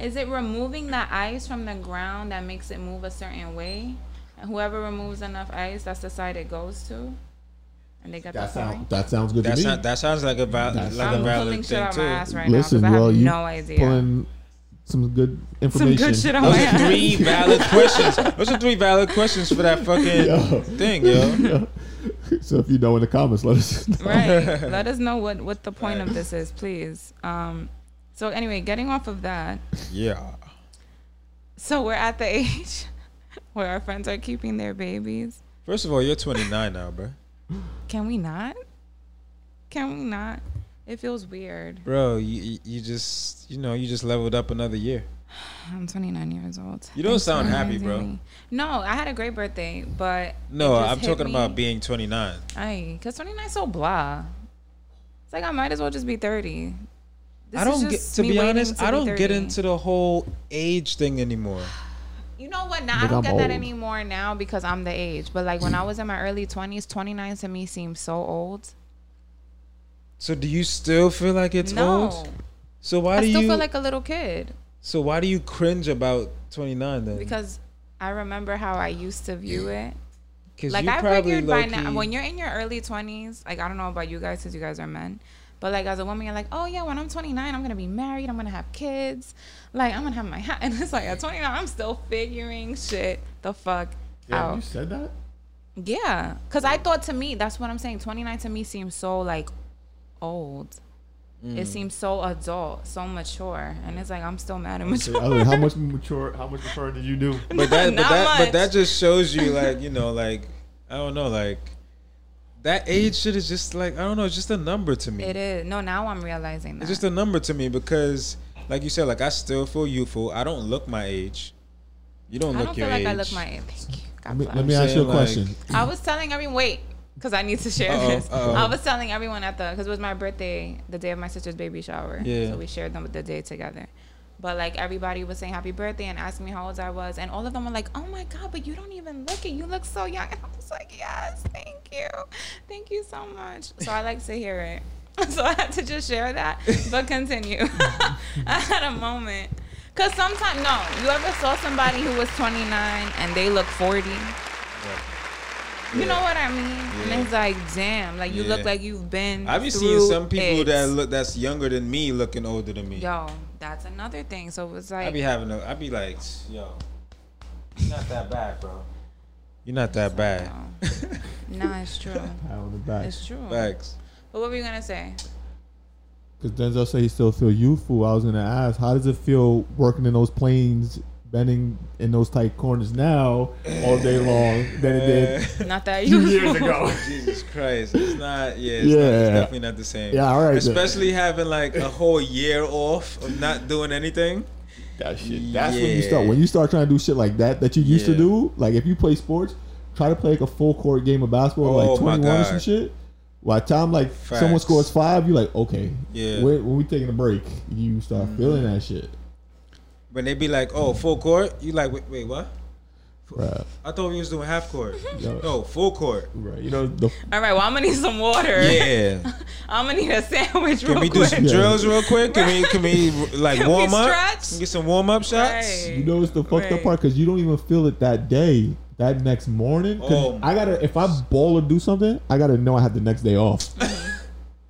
Speaker 1: Is it removing the ice from the ground that makes it move a certain way? And whoever removes enough ice, that's the side it goes to, and they got
Speaker 2: That
Speaker 1: the
Speaker 2: sounds
Speaker 1: point.
Speaker 2: that sounds good
Speaker 5: That's
Speaker 2: to me.
Speaker 5: not. That sounds like a val-
Speaker 2: That's
Speaker 5: like
Speaker 1: I'm
Speaker 5: a
Speaker 1: pulling
Speaker 5: valid
Speaker 1: shit
Speaker 5: thing
Speaker 1: out
Speaker 5: too.
Speaker 1: my ass right
Speaker 2: Listen,
Speaker 1: now because I
Speaker 2: well,
Speaker 1: have
Speaker 2: you
Speaker 1: no idea.
Speaker 2: pulling some good
Speaker 1: Some
Speaker 2: information.
Speaker 1: good shit out my
Speaker 5: Those are
Speaker 1: ass.
Speaker 5: three valid questions. Those are three valid questions for that fucking
Speaker 2: Yo.
Speaker 5: thing, yo.
Speaker 2: Yeah. So if you know in the comments, let us know.
Speaker 1: right. Let us know what what the point of this is, please. Um, so anyway, getting off of that.
Speaker 5: Yeah.
Speaker 1: So we're at the age where our friends are keeping their babies.
Speaker 5: First of all, you're 29 now, bro.
Speaker 1: Can we not? Can we not? It feels weird.
Speaker 5: Bro, you you- you just you know you just leveled up another year.
Speaker 1: I'm 29 years old.
Speaker 5: You don't
Speaker 1: Thanks
Speaker 5: sound
Speaker 1: for
Speaker 5: happy,
Speaker 1: reminding
Speaker 5: bro.
Speaker 1: me. No, I had a great birthday, but
Speaker 5: No,
Speaker 1: it just
Speaker 5: I'm
Speaker 1: hit
Speaker 5: talking
Speaker 1: me.
Speaker 5: about being 29.
Speaker 1: Ay, cause 29 so blah. It's like I might as well just be 30.
Speaker 5: I don't get to be honest. I don't get into the whole age thing anymore.
Speaker 1: You know what? Now I
Speaker 2: Like,
Speaker 1: don't
Speaker 2: I'm
Speaker 1: get that
Speaker 2: old.
Speaker 1: anymore now because I'm the age. But like
Speaker 5: Mm.
Speaker 1: when I was in my early twenties, twenty nine to me seemed so old.
Speaker 5: So do you still feel like it's
Speaker 1: no,
Speaker 5: old? So why
Speaker 1: I
Speaker 5: do
Speaker 1: still
Speaker 5: you?
Speaker 1: feel like a little kid
Speaker 5: so why do you cringe about 29 then?
Speaker 1: because I remember how I used to view it.
Speaker 5: Because
Speaker 1: Like I figured by now,
Speaker 5: low-key-
Speaker 1: when you're in your early twenties, like I don't know about you guys because you guys are men, but like as a woman, you're like, oh yeah, when I'm 29, I'm gonna be married, I'm gonna have kids, like I'm gonna have my hat, and it's like at 29, I'm still figuring shit the fuck
Speaker 2: Yeah,
Speaker 1: out.
Speaker 2: you said that.
Speaker 1: Yeah, cause I thought to me that's what I'm saying. 29 to me seems so like old. It seems so adult, so mature, and it's like I'm still mad and
Speaker 2: Hey,
Speaker 1: mature.
Speaker 2: Elliot, how much mature? How much mature did you do?
Speaker 5: but that, but
Speaker 1: Not
Speaker 5: that, but
Speaker 1: much.
Speaker 5: that just shows you, like, you know, like, I don't know, like, that age shit is just like, I don't know, it's just a number to me.
Speaker 1: It is no. Now I'm realizing that.
Speaker 5: It's just a number to me because, like you said, like I still feel youthful. I don't look my age. You don't
Speaker 1: I
Speaker 5: look
Speaker 1: don't
Speaker 5: your
Speaker 1: feel like
Speaker 5: age.
Speaker 1: I look my age. Thank you. God
Speaker 2: Let me,
Speaker 1: bless.
Speaker 2: let me ask you a
Speaker 5: saying, like-
Speaker 2: question.
Speaker 1: I was telling everyone, wait, because I need to share
Speaker 5: Uh-oh,
Speaker 1: this.
Speaker 5: uh-oh.
Speaker 1: I was telling everyone at the, because it was my birthday, the day of my sister's baby shower.
Speaker 5: Yeah.
Speaker 1: So we shared them the day together. But like everybody was saying happy birthday and asking me how old I was. And all of them were like, oh my God, but you don't even look it. You look so young. And I was like, yes, thank you. Thank you so much. So I like to hear it. So I had to just share that, but continue. I had a moment. Because sometimes, no, you ever saw somebody who was 29 and they look 40? You know what I mean?
Speaker 5: Yeah.
Speaker 1: And it's like, damn, like you look
Speaker 5: Yeah.
Speaker 1: like you've been.
Speaker 5: I've been seeing
Speaker 1: through
Speaker 5: some people
Speaker 1: it.
Speaker 5: that look that's younger than me looking older than me.
Speaker 1: Yo, that's another thing. So it's
Speaker 5: I
Speaker 1: like,
Speaker 5: be having a, I be like, yo, you're not that bad, bro. You're not that bad.
Speaker 1: nah, it's true.
Speaker 2: Pat on the back.
Speaker 1: It's true.
Speaker 5: Facts.
Speaker 1: But what were you gonna say?
Speaker 2: Because Denzel said he still feel youthful. I was gonna ask, how does it feel working in those planes, bending in those tight corners now all day long than it did
Speaker 1: Not that
Speaker 2: two
Speaker 1: you.
Speaker 2: years ago?
Speaker 5: Jesus Christ, it's not. Yeah, it's, Not,
Speaker 2: Yeah.
Speaker 5: it's definitely not the same.
Speaker 2: Yeah, all right then.
Speaker 5: Especially having like a whole year off of not doing anything.
Speaker 2: That shit. That's when you start.
Speaker 5: Yeah.
Speaker 2: When you start trying to do shit like that that you used
Speaker 5: Yeah.
Speaker 2: to do. Like if you play sports, try to play like a full court game of basketball,
Speaker 5: Oh,
Speaker 2: like
Speaker 5: my
Speaker 2: twenty one or some
Speaker 5: God.
Speaker 2: shit. By the time like someone
Speaker 5: Facts.
Speaker 2: scores five, you're like, okay,
Speaker 5: Yeah. Mm-hmm.
Speaker 2: When, when we taking a break, you start feeling that shit,
Speaker 5: When they be like, "Oh, full court," you like, "Wait, wait, what?"
Speaker 2: bruh.
Speaker 5: I thought we was doing half court.
Speaker 2: Yo.
Speaker 5: No, full court.
Speaker 2: Right. You know the
Speaker 1: All right. Well, I'm gonna need some water.
Speaker 5: Yeah.
Speaker 1: I'm gonna need a sandwich
Speaker 5: Can
Speaker 1: real
Speaker 5: we do
Speaker 1: quick.
Speaker 5: some drills real quick? Can we can we like
Speaker 1: Can we
Speaker 5: warm up?
Speaker 1: stretch?
Speaker 5: Get some warm up shots.
Speaker 1: Right.
Speaker 2: You know it's the fucked
Speaker 1: Right.
Speaker 2: up part because you don't even feel it that day, that next morning. 'Cause
Speaker 5: Oh,
Speaker 2: I gotta if I ball or do something, I gotta know I have the next day off.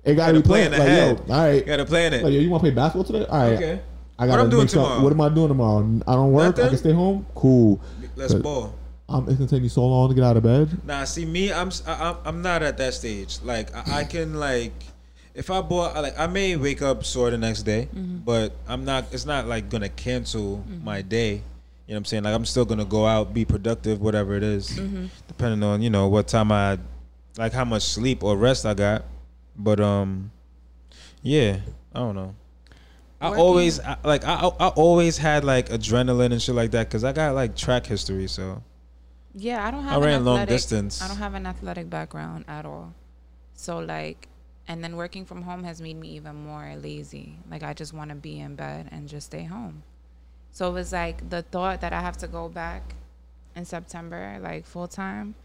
Speaker 2: it gotta
Speaker 5: Gotta
Speaker 2: be playing
Speaker 5: plan
Speaker 2: like
Speaker 5: ahead.
Speaker 2: yo, all right,
Speaker 5: Gotta plan
Speaker 2: like
Speaker 5: it.
Speaker 2: yo, you want to play basketball today? All right,
Speaker 5: Okay.
Speaker 2: I gotta
Speaker 5: I'm doing
Speaker 2: make sure-
Speaker 5: tomorrow?
Speaker 2: What am I doing tomorrow? I don't work. I
Speaker 5: Nothing.
Speaker 2: can stay home. Cool.
Speaker 5: Let's
Speaker 2: But
Speaker 5: ball.
Speaker 2: I'm, it's gonna take me so long to get out of bed.
Speaker 5: Nah, see me, I'm s- I, am i I'm not at that stage. Like I, I can like, if I bought I, like I may wake up sore the next day, but I'm not. It's not like gonna cancel my day. You know what I'm saying? Like I'm still gonna go out, be productive, whatever it is, depending on you know what time I, like how much sleep or rest I got. But um, yeah, I don't know. I
Speaker 1: Working.
Speaker 5: always I, like I I always had like adrenaline and shit like that because I got like track history, so
Speaker 1: Yeah, I don't
Speaker 5: I
Speaker 1: have.
Speaker 5: ran
Speaker 1: an
Speaker 5: long
Speaker 1: athletic,
Speaker 5: distance.
Speaker 1: I don't have an athletic background at all, so like, and then working from home has made me even more lazy. Like I just want to be in bed and just stay home. So it was like the thought that I have to go back in September, like full time.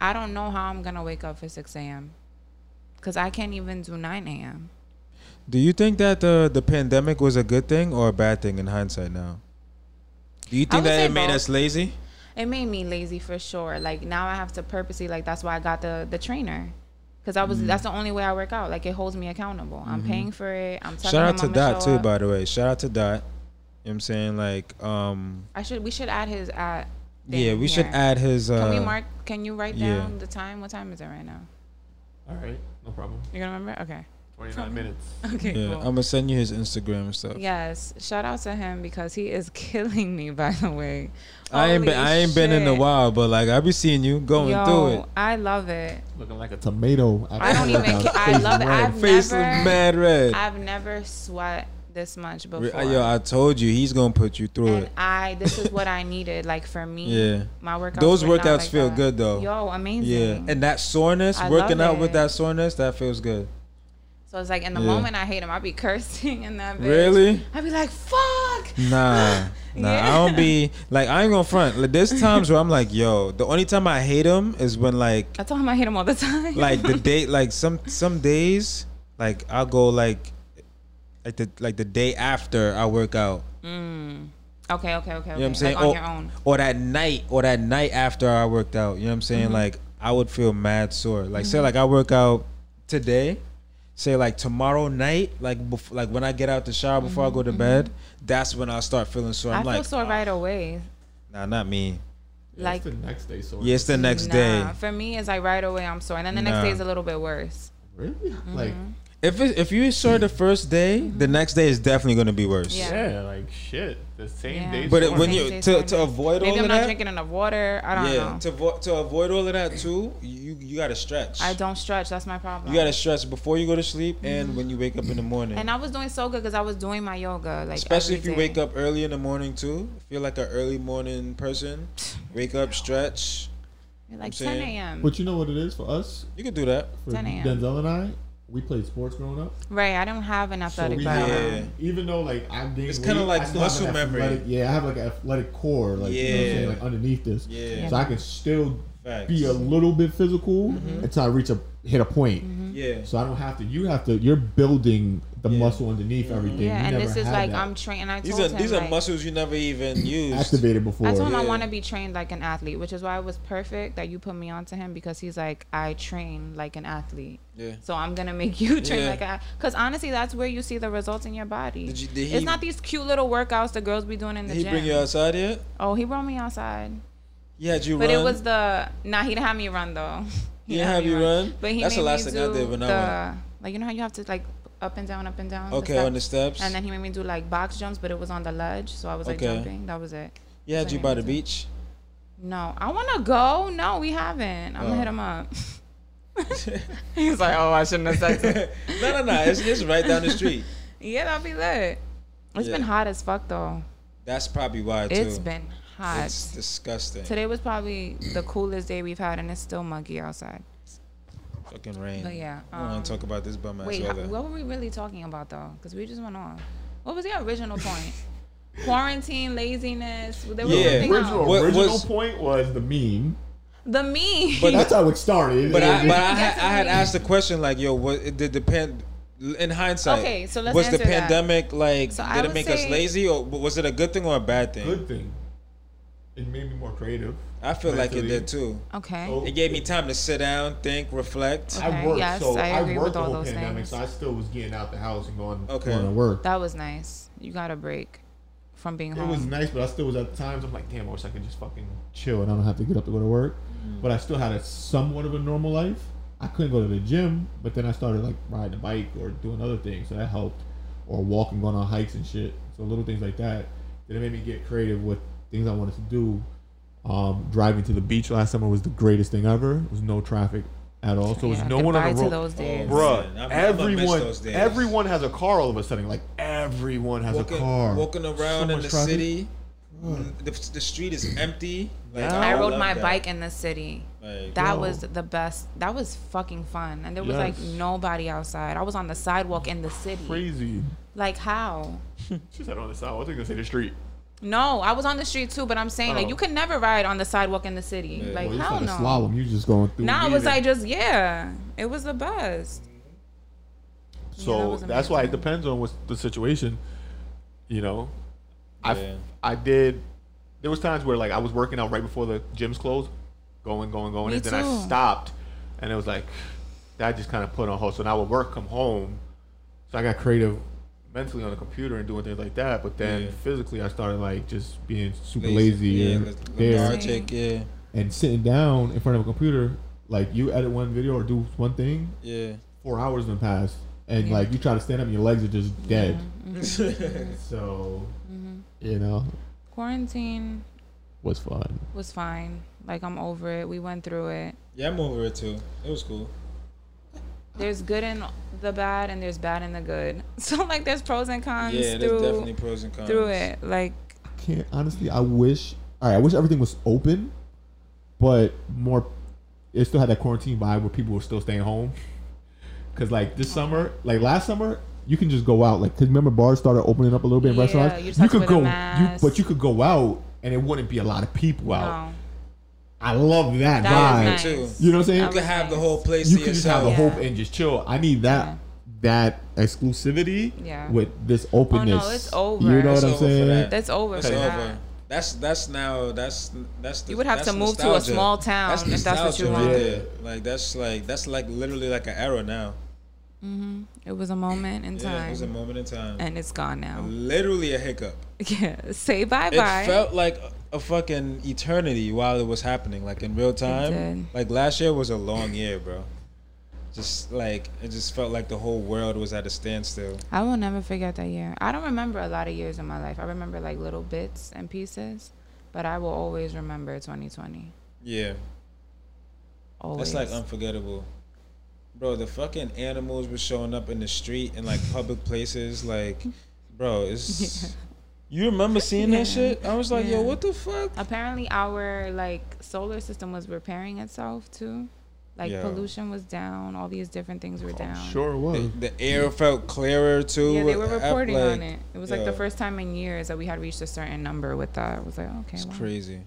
Speaker 1: I don't know how I'm gonna wake up for six a.m. because I can't even do nine a.m.
Speaker 5: Do you think that the the pandemic was a good thing or a bad thing in hindsight now? Do you think
Speaker 1: would
Speaker 5: that
Speaker 1: say
Speaker 5: it made
Speaker 1: both.
Speaker 5: us lazy?
Speaker 1: it made me lazy for sure like now i have to purposely like that's why i got the the trainer because i was
Speaker 5: Mm.
Speaker 1: that's the only way i work out like it holds me accountable i'm paying for it i'm telling
Speaker 5: Mm-hmm. Shout
Speaker 1: my
Speaker 5: out to
Speaker 1: mama
Speaker 5: Dot
Speaker 1: show
Speaker 5: too,
Speaker 1: up.
Speaker 5: by the way. Shout out to Dot. You know what I'm saying? Like, um
Speaker 1: i should we should add his at
Speaker 5: Yeah, we should add his uh
Speaker 1: can we mark can you write
Speaker 5: yeah.
Speaker 1: down the time what time is it right now
Speaker 2: All right, no problem.
Speaker 1: you gonna remember okay
Speaker 2: Twenty nine minutes.
Speaker 1: okay
Speaker 5: Yeah,
Speaker 1: cool.
Speaker 5: I'm gonna send you his Instagram and stuff.
Speaker 1: yes shout out to him because he is killing me by the way
Speaker 5: I ain't been
Speaker 1: Holy
Speaker 5: I ain't been in a
Speaker 1: shit.
Speaker 5: while, but like I be seeing you going
Speaker 1: Yo,
Speaker 5: through it.
Speaker 1: I love it.
Speaker 2: Looking like a tomato.
Speaker 1: I don't even. I love it. I've
Speaker 5: Face
Speaker 1: never.
Speaker 5: look mad red.
Speaker 1: I've never sweat this much
Speaker 5: Re- uh,
Speaker 1: before.
Speaker 5: Yo, I told you he's gonna put you through
Speaker 1: and
Speaker 5: it.
Speaker 1: I this is what I needed. Like for me,
Speaker 5: Yeah.
Speaker 1: my workouts.
Speaker 5: Those
Speaker 1: were not
Speaker 5: workouts
Speaker 1: like
Speaker 5: feel
Speaker 1: that.
Speaker 5: good, though.
Speaker 1: Yo, amazing.
Speaker 5: Yeah. And that soreness,
Speaker 1: I love
Speaker 5: working out with
Speaker 1: it.
Speaker 5: that soreness, that feels good.
Speaker 1: So it's like in the
Speaker 5: Yeah.
Speaker 1: moment I hate him, I be cursing in that bitch.
Speaker 5: Really?
Speaker 1: I be like, fuck.
Speaker 5: Nah, nah. I don't be like I ain't gonna front. Like, there's times where I'm like, yo. The only time I hate him is when like
Speaker 1: I tell him I hate him all the time.
Speaker 5: like the day like some some days like I'll go like like the like the day after I work out.
Speaker 1: okay, okay, okay. okay.
Speaker 5: You know what I'm saying?
Speaker 1: Like
Speaker 5: Oh,
Speaker 1: on
Speaker 5: or,
Speaker 1: your own.
Speaker 5: or that night, or that night after I worked out. You know what I'm saying?
Speaker 1: Mm-hmm.
Speaker 5: Like I would feel mad sore. Like say like I work out today, say like tomorrow night, like bef- like when I get out the shower before I go to bed, that's when I start feeling sore.
Speaker 1: Mm-hmm. I
Speaker 5: I'm
Speaker 1: feel sore
Speaker 5: like,
Speaker 1: right away.
Speaker 5: nah, not me.
Speaker 1: like
Speaker 2: the next day. So
Speaker 5: Yeah, it's the next
Speaker 1: nah.
Speaker 5: day.
Speaker 1: For me, it's like right away I'm sore, and then the next
Speaker 5: Nah.
Speaker 1: day is a little bit worse.
Speaker 2: really
Speaker 1: Mm-hmm.
Speaker 2: like
Speaker 5: If it, if you're sore the first day, the next day is definitely gonna be worse.
Speaker 1: Yeah.
Speaker 4: Yeah, like shit. The same
Speaker 1: Yeah.
Speaker 4: day.
Speaker 5: But it,
Speaker 1: Sore.
Speaker 5: when
Speaker 1: Same
Speaker 5: you
Speaker 1: day,
Speaker 5: to,
Speaker 1: same
Speaker 5: to
Speaker 1: day.
Speaker 5: avoid
Speaker 1: Maybe
Speaker 5: all
Speaker 1: I'm
Speaker 5: of
Speaker 1: not
Speaker 5: that,
Speaker 1: drinking enough water. I don't
Speaker 5: yeah,
Speaker 1: know.
Speaker 5: to avo- to avoid all of that too, you you gotta stretch.
Speaker 1: I don't stretch. That's my problem.
Speaker 5: You gotta stretch before you go to sleep and when you wake up in the morning.
Speaker 1: and I was doing so good because I was doing my yoga. Like
Speaker 5: Especially if
Speaker 1: every
Speaker 5: you
Speaker 1: day.
Speaker 5: wake up early in the morning too. If you're like an early morning person, wake up, stretch.
Speaker 1: like
Speaker 5: I'm saying.
Speaker 1: 10 a.m.
Speaker 2: But you know what it is for us,
Speaker 5: You can do that.
Speaker 2: for
Speaker 1: 10 a.m..
Speaker 2: Denzel and I, we played sports growing up.
Speaker 1: Right, I don't have an
Speaker 2: So
Speaker 1: athletic
Speaker 2: we
Speaker 5: Yeah.
Speaker 1: background.
Speaker 2: have, even though like I'm
Speaker 5: It's kinda like muscle memory.
Speaker 2: Yeah, I have like an athletic core, like you know what I'm saying,
Speaker 5: Yeah.
Speaker 2: like underneath this.
Speaker 5: Yeah.
Speaker 2: So I can still
Speaker 5: Facts.
Speaker 2: be a little bit physical
Speaker 5: Mm-hmm.
Speaker 2: until I reach a hit a point.
Speaker 5: Yeah.
Speaker 2: So I don't have to. You have to. You're building the
Speaker 5: Mm-hmm. Yeah. Mm-hmm.
Speaker 2: muscle underneath everything.
Speaker 1: Yeah,
Speaker 2: You
Speaker 1: and
Speaker 2: never
Speaker 1: this is
Speaker 2: had
Speaker 1: like
Speaker 2: that
Speaker 1: I'm trained. And I
Speaker 5: These
Speaker 1: told
Speaker 5: are
Speaker 1: him
Speaker 5: these are
Speaker 1: like,
Speaker 5: muscles you never even used.
Speaker 2: activated before.
Speaker 1: I told him I
Speaker 5: Yeah.
Speaker 1: want to be trained like an athlete, which is why it was perfect that you put me onto him because he's like, I train like an athlete.
Speaker 5: Yeah.
Speaker 1: So I'm gonna make you train
Speaker 5: Yeah.
Speaker 1: like a Because honestly, that's where you see the results in your body.
Speaker 5: Did you- did
Speaker 1: it's
Speaker 5: he-
Speaker 1: not these cute little workouts the girls be doing in the
Speaker 5: Did he
Speaker 1: gym.
Speaker 5: bring you outside yet?
Speaker 1: oh, he brought me outside,
Speaker 5: He had you
Speaker 1: but
Speaker 5: run.
Speaker 1: it was the nah. He didn't have me run though.
Speaker 5: He didn't have you run?
Speaker 1: But he
Speaker 5: That's the
Speaker 1: made
Speaker 5: last
Speaker 1: me
Speaker 5: thing I
Speaker 1: do
Speaker 5: did when I
Speaker 1: the,
Speaker 5: went.
Speaker 1: like you know how you have to like up and down, up and down.
Speaker 5: okay
Speaker 1: steps?
Speaker 5: on the steps.
Speaker 1: And then he made me do like box jumps, but it was on the ledge, so I was like
Speaker 5: Okay.
Speaker 1: jumping. That was it.
Speaker 5: he had you by the beach.
Speaker 1: No, I want to go. No, we haven't. I'm
Speaker 5: Oh.
Speaker 1: gonna hit him up. He's like, oh, I shouldn't have said
Speaker 5: no,
Speaker 1: that.
Speaker 5: no, no. It's just right down the street.
Speaker 1: Yeah, that'll be lit. It's been
Speaker 5: Yeah.
Speaker 1: hot as fuck though.
Speaker 5: That's probably why too.
Speaker 1: It's been hot.
Speaker 5: It's disgusting.
Speaker 1: Today was probably the coolest day we've had, and it's still muggy outside.
Speaker 5: Fucking rain.
Speaker 1: But yeah,
Speaker 5: I don't
Speaker 1: um,
Speaker 5: want to talk about this bum ass
Speaker 1: Wait, ho-
Speaker 5: weather.
Speaker 1: what were we really talking about though? Because we just went on. What was the original point? Quarantine, laziness. There was
Speaker 5: Yeah.
Speaker 1: something else.
Speaker 2: original,
Speaker 5: What
Speaker 2: original
Speaker 5: was-
Speaker 2: point was the meme.
Speaker 1: The me.
Speaker 5: But
Speaker 2: That's how it started.
Speaker 5: But I,
Speaker 2: And
Speaker 5: but I,
Speaker 1: That's
Speaker 5: had, I had
Speaker 1: what I mean.
Speaker 5: asked the question like, yo, what it did the pan? In hindsight,
Speaker 1: Okay, so let's
Speaker 5: was the
Speaker 1: answer that.
Speaker 5: pandemic like
Speaker 1: So I
Speaker 5: did it
Speaker 1: would
Speaker 5: make us
Speaker 1: say-
Speaker 5: lazy or was it a good thing or a bad thing?
Speaker 2: good thing. It made me more creative.
Speaker 5: I feel like it
Speaker 2: Mentally.
Speaker 5: did too.
Speaker 1: okay.
Speaker 2: So-
Speaker 5: It gave me time to sit down, think, reflect.
Speaker 1: Okay,
Speaker 2: I worked,
Speaker 1: yes,
Speaker 2: so
Speaker 1: I
Speaker 2: I,
Speaker 1: agree with
Speaker 2: worked the
Speaker 1: all
Speaker 2: whole
Speaker 1: those
Speaker 2: pandemic,
Speaker 1: things.
Speaker 2: so I still was getting out the house and going,
Speaker 5: Okay.
Speaker 2: going to work.
Speaker 1: That was nice. You got a break from being
Speaker 2: It
Speaker 1: home.
Speaker 2: was nice, but I still was at times I'm like, damn, I wish I could just fucking chill and I don't have to get up to go to work.
Speaker 1: Mm-hmm.
Speaker 2: But I still had a somewhat of a normal life. I couldn't go to the gym, but then I started like riding a bike or doing other things, so that helped. Or walking, going on hikes and shit. So little things like that. Then it made me get creative with things I wanted to do. Um, driving to the beach last summer was the greatest thing ever. It was no traffic at all. So it was
Speaker 1: Yeah,
Speaker 2: no one on
Speaker 1: goodbye
Speaker 2: the
Speaker 1: to
Speaker 2: road.
Speaker 1: those days.
Speaker 5: Man,
Speaker 2: Bruh,
Speaker 5: I'm- I'ma miss
Speaker 2: everyone,
Speaker 5: those days.
Speaker 2: everyone has a car all of a sudden. Like everyone has
Speaker 5: Walking,
Speaker 2: a car.
Speaker 5: walking around
Speaker 2: So
Speaker 5: in
Speaker 2: much
Speaker 5: the
Speaker 2: traffic.
Speaker 5: city, the, the street is empty. Like,
Speaker 1: I rode
Speaker 5: love
Speaker 1: my
Speaker 5: that.
Speaker 1: bike in the city.
Speaker 5: Like,
Speaker 1: That
Speaker 2: Yo.
Speaker 1: was the best. That was fucking fun. And there was like
Speaker 2: Yes.
Speaker 1: nobody outside. I was on the sidewalk in the city.
Speaker 2: Crazy.
Speaker 1: Like how?
Speaker 4: She said on the side. I was gonna say the street.
Speaker 1: No, I was on the street too, but I'm saying like
Speaker 4: Oh.
Speaker 1: you could never ride on the sidewalk in the city.
Speaker 5: Yeah.
Speaker 1: Like
Speaker 2: Well, you
Speaker 1: hell
Speaker 2: trying to
Speaker 1: no.
Speaker 2: slalom? You just going through.
Speaker 1: Now it
Speaker 2: it
Speaker 1: was like just yeah. It was the best. that
Speaker 2: so
Speaker 1: was
Speaker 2: that's why it
Speaker 1: amazing.
Speaker 2: depends on what's the situation. You know, I
Speaker 5: Yeah.
Speaker 2: I did. There was times where like I was working out right before the gyms closed, going going going,
Speaker 1: Me
Speaker 2: and then
Speaker 1: too.
Speaker 2: I stopped, and it was like that just kind of put on hold. So now I would work, come home, so I got creative mentally on the computer and doing things like that. But then
Speaker 5: Yeah.
Speaker 2: physically, I started like just being super lazy,
Speaker 5: lazy, yeah,
Speaker 2: and
Speaker 5: lethargic,
Speaker 2: there.
Speaker 5: yeah,
Speaker 2: and sitting down in front of a computer, like you edit one video or do one thing,
Speaker 5: yeah.
Speaker 2: four hours done passed, and like you try to stand up, and your legs are just dead.
Speaker 1: Mm-hmm.
Speaker 2: so, you know,
Speaker 1: Quarantine
Speaker 2: was fun.
Speaker 1: was fine. Like I'm over it. We went through it.
Speaker 5: yeah, I'm over it too. It was cool.
Speaker 1: There's good in the bad and there's bad in the good. So like there's pros and cons
Speaker 5: yeah, there's definitely
Speaker 1: through
Speaker 5: pros and cons.
Speaker 1: through it. Like
Speaker 2: Can't honestly, I wish. All right, I wish everything was open, but more. It still had that quarantine vibe where people were still staying home. Cause like this summer, like last summer, you can just go out. Like, cause remember bars started opening up a little bit in
Speaker 1: Yeah, you
Speaker 2: restaurants.
Speaker 1: just have to wear
Speaker 2: could go,
Speaker 1: the
Speaker 2: you,
Speaker 1: mask.
Speaker 2: but you could go out and it wouldn't be a lot of people out.
Speaker 1: No,
Speaker 2: I love that,
Speaker 1: that
Speaker 2: vibe.
Speaker 1: is
Speaker 5: Too.
Speaker 1: nice.
Speaker 2: You know what I'm saying?
Speaker 1: That
Speaker 5: You can have the whole place
Speaker 2: you
Speaker 5: to
Speaker 2: can just
Speaker 5: yourself.
Speaker 2: have a hope
Speaker 1: Yeah.
Speaker 2: and just chill. I need that
Speaker 1: Yeah.
Speaker 2: that exclusivity
Speaker 1: Yeah. Oh,
Speaker 2: with this openness.
Speaker 1: it's over.
Speaker 2: You know
Speaker 5: It's
Speaker 2: what I'm
Speaker 5: over for
Speaker 2: saying?
Speaker 5: that.
Speaker 1: That's over.
Speaker 5: That's
Speaker 1: for that.
Speaker 5: over. That's that's now that's that's the,
Speaker 1: You would have
Speaker 5: that's
Speaker 1: to move to a
Speaker 5: nostalgia.
Speaker 1: small town
Speaker 5: that's
Speaker 1: if that's what you
Speaker 5: nostalgia
Speaker 1: want.
Speaker 5: Right there. Like that's like that's like literally like an era now.
Speaker 1: It was a moment in
Speaker 5: Yeah,
Speaker 1: time,
Speaker 5: it was a moment in time.
Speaker 1: and it's gone now.
Speaker 5: Literally a hiccup.
Speaker 1: Yeah, say bye
Speaker 5: It
Speaker 1: bye.
Speaker 5: felt like a, a fucking eternity while it was happening, like in real
Speaker 1: did.
Speaker 5: time. Like last year was a long year, bro. Just like it just felt like the whole world was at a standstill.
Speaker 1: I will never forget that year. I don't remember a lot of years in my life. I remember like little bits and pieces, but I will always remember 2020.
Speaker 5: Yeah,
Speaker 1: Always.
Speaker 5: that's like unforgettable, bro. The fucking animals were showing up in the street and like public places, like, bro. It's you remember seeing
Speaker 1: Yeah.
Speaker 5: that shit? I was like, yo,
Speaker 1: Yeah.
Speaker 5: what the fuck?
Speaker 1: Apparently, our like solar system was repairing itself too. Like
Speaker 5: Yeah.
Speaker 1: pollution was down. All these different things were down.
Speaker 2: Sure was.
Speaker 5: The, the air felt clearer too.
Speaker 1: Yeah, they were
Speaker 5: Up,
Speaker 1: reporting on
Speaker 5: like,
Speaker 1: it. It was like the
Speaker 5: yeah.
Speaker 1: first time in years that we had reached a certain number with that. It was like, okay,
Speaker 5: It's
Speaker 1: wow.
Speaker 5: crazy.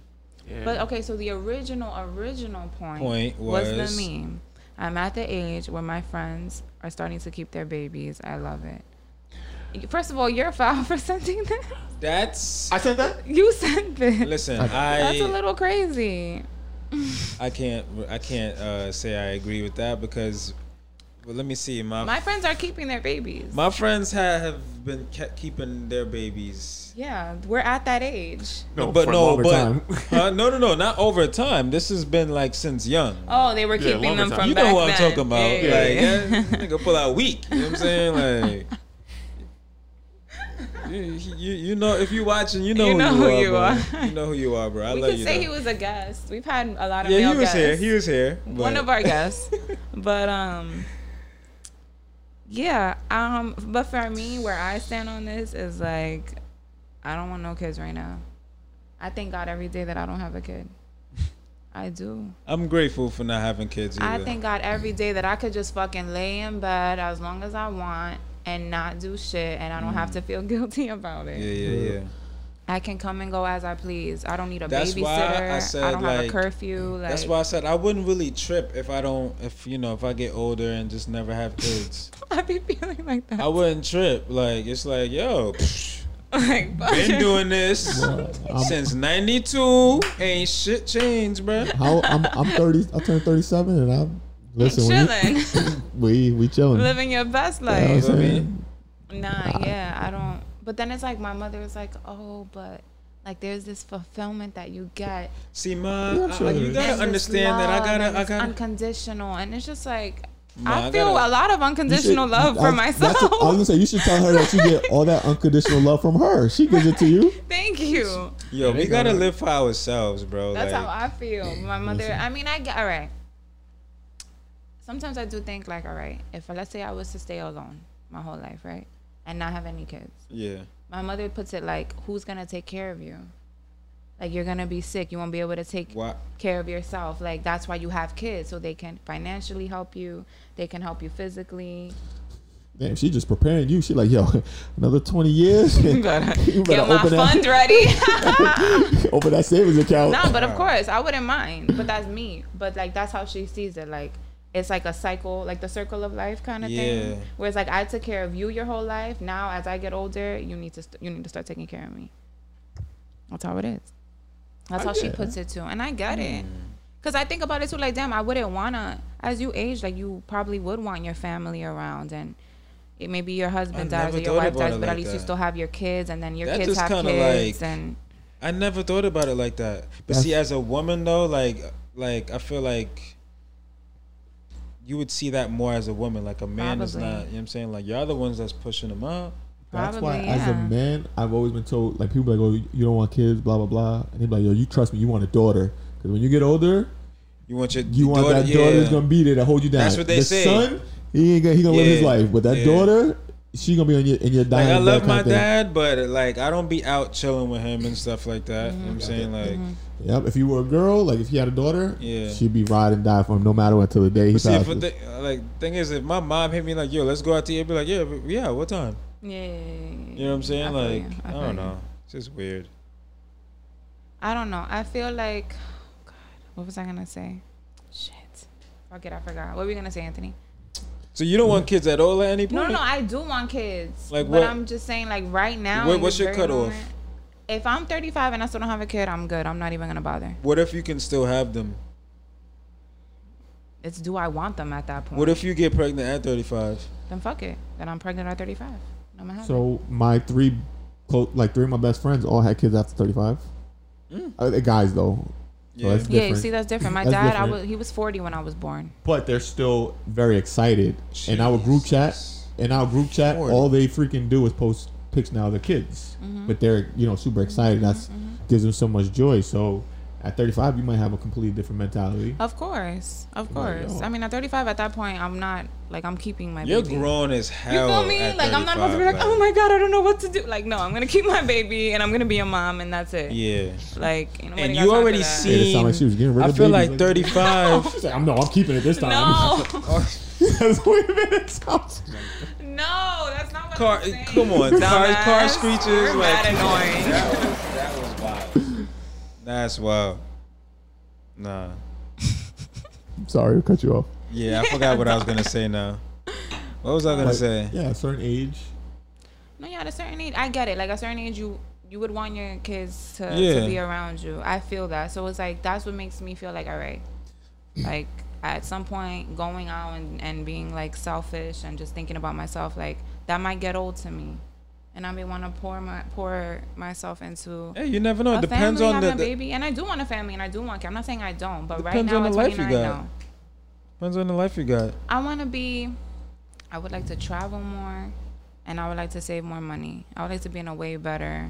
Speaker 4: Yeah.
Speaker 1: But okay, so the original original point,
Speaker 5: Point was-
Speaker 1: the meme. I'm at the age where my friends are starting to keep their babies. I love it. You- First of all, you're foul for sending that.
Speaker 5: That's
Speaker 2: I said that.
Speaker 1: You sent it.
Speaker 5: listen. I
Speaker 1: That's a little crazy.
Speaker 5: I can't I can't uh, say I agree with that because well, let me see my
Speaker 1: My
Speaker 5: my,
Speaker 1: friends are keeping their babies.
Speaker 5: friends have been kept keeping their babies.
Speaker 1: yeah, we're at that age.
Speaker 2: No,
Speaker 5: but
Speaker 2: for a
Speaker 5: no,
Speaker 2: longer
Speaker 5: but
Speaker 2: time.
Speaker 5: Huh? no, no, no, not over time. This has been like since young.
Speaker 1: Oh, they were
Speaker 4: Yeah,
Speaker 1: keeping
Speaker 4: longer
Speaker 1: them
Speaker 4: time.
Speaker 1: from
Speaker 5: you
Speaker 1: back
Speaker 5: know what I'm
Speaker 1: then.
Speaker 5: talking about?
Speaker 1: Yeah,
Speaker 5: like,
Speaker 1: yeah,
Speaker 5: yeah, nigga, pull out weak. You know what I'm saying? Like, you, you, you know, if you watching, you know,
Speaker 1: You know
Speaker 5: who,
Speaker 1: who
Speaker 5: you,
Speaker 1: you
Speaker 5: are,
Speaker 1: are.
Speaker 5: bro. You know who you are, bro. I
Speaker 1: we
Speaker 5: love
Speaker 1: could
Speaker 5: you.
Speaker 1: say
Speaker 5: though.
Speaker 1: he was a guest. We've had a lot of
Speaker 5: yeah,
Speaker 1: male
Speaker 5: he was
Speaker 1: guests.
Speaker 5: here. He was here.
Speaker 1: one
Speaker 5: but-
Speaker 1: of our guests. but um yeah, um but for me where I stand on this is like I don't want no kids right now. I thank God every day that I don't have a kid. I do.
Speaker 5: I'm grateful for not having kids. Either.
Speaker 1: I thank God every day that I could just fucking lay in bed as long as I want and not do shit and I don't
Speaker 5: Mm.
Speaker 1: have to feel guilty about it.
Speaker 5: Yeah, yeah, yeah.
Speaker 1: I can come and go as I please. I don't need a
Speaker 5: That's why I
Speaker 1: babysitter. I,
Speaker 5: said,
Speaker 1: don't have a
Speaker 5: like,
Speaker 1: curfew. Like
Speaker 5: That's why I said I wouldn't really trip if I don't, if you know, if I get older and just never have kids.
Speaker 1: I be feeling like that.
Speaker 5: I wouldn't trip. Like it's like, yo, psh,
Speaker 1: like fuck
Speaker 5: been
Speaker 1: it.
Speaker 5: doing this
Speaker 2: I'm,
Speaker 5: since '92. Ain't shit changed, bro.
Speaker 2: how, I'm, I'm 30. I turned 37, and I'm listen. when you-
Speaker 1: chilling.
Speaker 2: We we chilling.
Speaker 1: living your best
Speaker 2: You know what
Speaker 1: life.
Speaker 2: I'm
Speaker 5: Living.
Speaker 2: saying?
Speaker 1: Nah, yeah, I don't. But then it's like my mother was like, "Oh, but like there's this fulfillment that you get.
Speaker 5: See, ma,
Speaker 2: Yeah,
Speaker 5: I-
Speaker 2: sure.
Speaker 5: I- you
Speaker 1: There's
Speaker 5: gotta
Speaker 1: this
Speaker 5: understand
Speaker 1: love
Speaker 5: that I
Speaker 1: and
Speaker 5: gotta, I
Speaker 1: it's
Speaker 5: gotta.
Speaker 1: unconditional." And it's just like
Speaker 5: Ma,
Speaker 1: I
Speaker 5: I
Speaker 1: feel a
Speaker 5: gotta-
Speaker 1: lot of
Speaker 2: You should-
Speaker 1: unconditional love for
Speaker 2: I- that's what- I was gonna
Speaker 1: myself.
Speaker 2: say you should tell her that you get all that unconditional love from her. She gives it to you.
Speaker 1: Thank you.
Speaker 5: Yo,
Speaker 2: They
Speaker 5: we gotta
Speaker 2: gotta-
Speaker 5: live for ourselves, bro.
Speaker 1: That's
Speaker 5: like,
Speaker 1: how I feel. My mother. I mean, I get all right. Sometimes I do think like, all right, if let's say I was to stay alone my whole life, right, and not have any kids.
Speaker 5: yeah,
Speaker 1: my mother puts it like who's gonna take care of you like you're gonna be sick you won't be able to take
Speaker 5: why?
Speaker 1: care of yourself like that's why you have kids so they can financially help you they can help you physically
Speaker 2: Damn, she just preparing you. She like, yo, another 20 years. you better
Speaker 1: get my
Speaker 2: open
Speaker 1: fund
Speaker 2: that,
Speaker 1: ready
Speaker 2: open that savings account.
Speaker 1: no but of course i wouldn't mind but that's me but like that's how she sees it like it's like a cycle like the circle of life kind of
Speaker 5: Yeah.
Speaker 1: thing whereas like i took care of you your whole life now as i get older you need to st- you need to start taking care of me that's how it is that's how she puts it too and i get
Speaker 5: Mm.
Speaker 1: it because i think about it too like damn i wouldn't wanna as you age like you probably would want your family around and it maybe your husband
Speaker 5: I
Speaker 1: dies or
Speaker 5: never
Speaker 1: your
Speaker 5: thought
Speaker 1: wife
Speaker 5: about
Speaker 1: dies
Speaker 5: it
Speaker 1: but at
Speaker 5: like
Speaker 1: least you
Speaker 5: that.
Speaker 1: still have your kids and then your
Speaker 5: That
Speaker 1: kids
Speaker 5: just
Speaker 1: have
Speaker 5: kinda
Speaker 1: kids
Speaker 5: like-
Speaker 1: and
Speaker 5: I never thought about it like that. But see, as a woman though, like like I feel like you would see that more as a woman. Like a man is
Speaker 1: Probably.
Speaker 5: not. You know what I'm saying? Like you're the ones that's pushing them out.
Speaker 2: That's why,
Speaker 1: Probably,
Speaker 2: as a
Speaker 1: yeah.
Speaker 2: man, I've always been told like people be like, oh, you don't want kids, blah blah blah, and they be like, yo, you trust me, you want a daughter, because when you get older,
Speaker 5: You want your
Speaker 2: you want that daughter that's gonna be there to hold you down.
Speaker 5: That's what they
Speaker 2: the
Speaker 5: say.
Speaker 2: son, he ain't gonna, he gonna live his
Speaker 5: Yeah,
Speaker 2: life, but that
Speaker 5: yeah.
Speaker 2: daughter, she gonna be on your in your
Speaker 5: Like
Speaker 2: diet.
Speaker 5: I
Speaker 2: that
Speaker 5: love
Speaker 2: kind
Speaker 5: my
Speaker 2: of thing.
Speaker 5: dad, but like I don't be out chilling with him and stuff like that. You know
Speaker 1: Mm-hmm.
Speaker 5: what I'm saying like,
Speaker 2: Yep. If you were a girl, like if you had a daughter,
Speaker 5: Yeah.
Speaker 2: she'd be ride and die for him no matter what until the day he
Speaker 5: but see, if
Speaker 2: passes.
Speaker 5: a thi- like thing is, if my mom hit me like, yo, let's go out to eat, I'd be like, yeah, but- yeah, what time?
Speaker 1: Yeah. You
Speaker 5: You know what I'm saying? like I,
Speaker 1: feel
Speaker 5: don't
Speaker 1: you.
Speaker 5: know, it's just weird.
Speaker 1: I don't know. I feel like, oh God, what was I gonna say? Shit. Fuck it, I forgot. What were we gonna say, Anthony?
Speaker 5: So you don't want kids at all at any point?
Speaker 1: No, no, no. I do want kids.
Speaker 5: Like
Speaker 1: but
Speaker 5: what-
Speaker 1: I'm just saying, like right now.
Speaker 5: What-
Speaker 1: in
Speaker 5: what's
Speaker 1: this
Speaker 5: your
Speaker 1: very
Speaker 5: cutoff?
Speaker 1: moment, If I'm 35 and I still don't have a kid, I'm good. I'm not even gonna bother.
Speaker 5: What if you can still have them?
Speaker 1: It's do I want them at that point?
Speaker 5: What if you get pregnant at 35?
Speaker 1: then fuck it. Then I'm pregnant at 35. I'm gonna have it.
Speaker 2: So my three, clo- like three of my best friends all had kids after thirty five. Uh, the guys though,
Speaker 5: Mm. Yeah.
Speaker 2: that's
Speaker 1: Yeah, you
Speaker 2: different.
Speaker 1: see, that's different. My
Speaker 2: That's
Speaker 1: dad, I
Speaker 2: different.
Speaker 1: was, he was 40 when I was born.
Speaker 2: but they're still very excited. In our group chat,
Speaker 5: Jesus.
Speaker 2: in our group chat,
Speaker 5: Lord.
Speaker 2: all they freaking do is post pics now of the kids,
Speaker 1: Mm-hmm.
Speaker 2: but they're you know super excited. That's gives them so much joy. So at thirty five, you might have a completely different mentality.
Speaker 1: Of course, of
Speaker 2: on,
Speaker 1: course.
Speaker 2: yo.
Speaker 1: I mean, at 35, at that point, I'm not like I'm keeping my.
Speaker 5: You're
Speaker 1: baby.
Speaker 5: grown as
Speaker 1: You
Speaker 5: hell.
Speaker 1: feel me?
Speaker 5: Oh, at
Speaker 1: Like I'm not supposed to be
Speaker 5: 35,
Speaker 1: like, oh my god, I don't know what to do. Like, no, I'm gonna keep my baby and I'm gonna be a mom and that's it.
Speaker 5: Yeah.
Speaker 1: Like, ain't nobody
Speaker 5: And
Speaker 1: got
Speaker 5: you
Speaker 1: time for
Speaker 5: already
Speaker 1: that.
Speaker 5: see-
Speaker 2: Made it sound like she was getting rid
Speaker 5: I
Speaker 2: of
Speaker 5: feel
Speaker 2: babies.
Speaker 5: like 35.
Speaker 2: She's like, I'm no, I'm keeping it this time.
Speaker 1: No,
Speaker 2: Wait a minute, it sounds-
Speaker 1: no, that's not what
Speaker 5: car,
Speaker 1: I'm saying.
Speaker 5: come on, car,
Speaker 1: Dumbass.
Speaker 5: car screeches.
Speaker 1: You're
Speaker 5: like,
Speaker 1: mad annoying.
Speaker 5: That was, that was wild. That's wild. Nah.
Speaker 2: Sorry, I cut you off.
Speaker 5: Yeah, I forgot what I was gonna say now. What was I gonna
Speaker 2: Like,
Speaker 5: say?
Speaker 2: Yeah, a certain age.
Speaker 1: No, yeah, at a certain age, I get it. Like at a certain age, you you would want your kids to,
Speaker 5: Yeah.
Speaker 1: to be around you. I feel that. So it's like that's what makes me feel like all right, like at some point going out and, and being like selfish and just thinking about myself like that might get old to me, and I may want to pour my pour myself into.
Speaker 5: Hey, you never know.
Speaker 1: a
Speaker 5: It depends
Speaker 1: family,
Speaker 5: on the,
Speaker 1: having a
Speaker 5: the
Speaker 1: baby, and I do want a family, and I do want. kids. I'm not saying I don't, but right
Speaker 5: Depends
Speaker 1: now
Speaker 5: on the
Speaker 1: at
Speaker 5: life you
Speaker 1: 29,
Speaker 5: got.
Speaker 1: no.
Speaker 5: depends on the life you got.
Speaker 1: I want to be. I would like to travel more, and I would like to save more money. I would like to be in a way better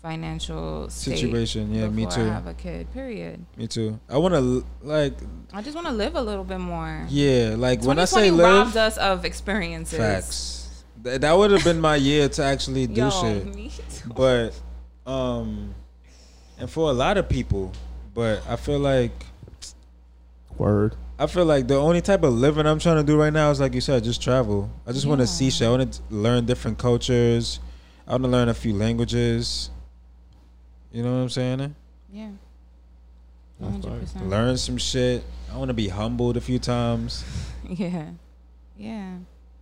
Speaker 1: financial state
Speaker 5: Situation, yeah, me
Speaker 1: before
Speaker 5: too.
Speaker 1: I have a kid. Period.
Speaker 5: Me too. I want to like,
Speaker 1: I just want to live a little bit more.
Speaker 5: yeah, like when
Speaker 1: 2020
Speaker 5: I say live,
Speaker 1: robbed us of experiences.
Speaker 5: facts. Th- that would have been my year to actually do
Speaker 1: Yo,
Speaker 5: shit.
Speaker 1: me too.
Speaker 5: but um and for a lot of people but i feel like
Speaker 2: Word.
Speaker 5: i feel like the only type of living i'm trying to do right now is like you said just travel i just want
Speaker 1: Yeah.
Speaker 5: to see shit i want to learn different cultures i want to learn a few languages you know what i'm saying
Speaker 1: yeah.
Speaker 2: That's
Speaker 1: 100%.
Speaker 5: learn some shit i want to be humbled a few times
Speaker 1: Yeah. Yeah.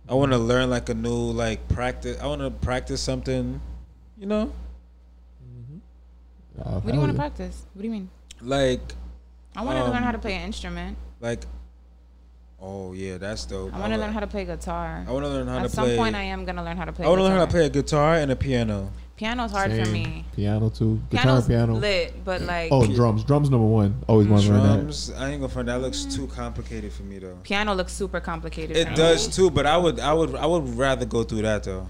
Speaker 5: i want to learn like a new like practice i want to practice something you know
Speaker 2: Uh,
Speaker 1: What do you want to practice? What do you mean?
Speaker 5: like
Speaker 1: I want to
Speaker 5: Um,
Speaker 1: learn how to play an instrument.
Speaker 5: like oh yeah that's dope
Speaker 1: I want to
Speaker 5: wa-
Speaker 1: learn how to play guitar.
Speaker 5: I want to learn how to
Speaker 1: At some
Speaker 5: play.
Speaker 1: point, I am gonna learn how to play.
Speaker 5: I want to learn how to
Speaker 1: guitar.
Speaker 5: play a guitar and a piano.
Speaker 1: Piano's hard for me.
Speaker 2: Piano too. Guitar,
Speaker 1: Piano's
Speaker 2: piano.
Speaker 1: lit, but like
Speaker 2: Oh, drums. Drums number one. Always want to learn that.
Speaker 5: Drums, I ain't gonna find that looks too complicated for me though.
Speaker 1: piano looks super complicated. for
Speaker 5: It
Speaker 1: me.
Speaker 5: does too, but I would, I would, I would rather go through that though.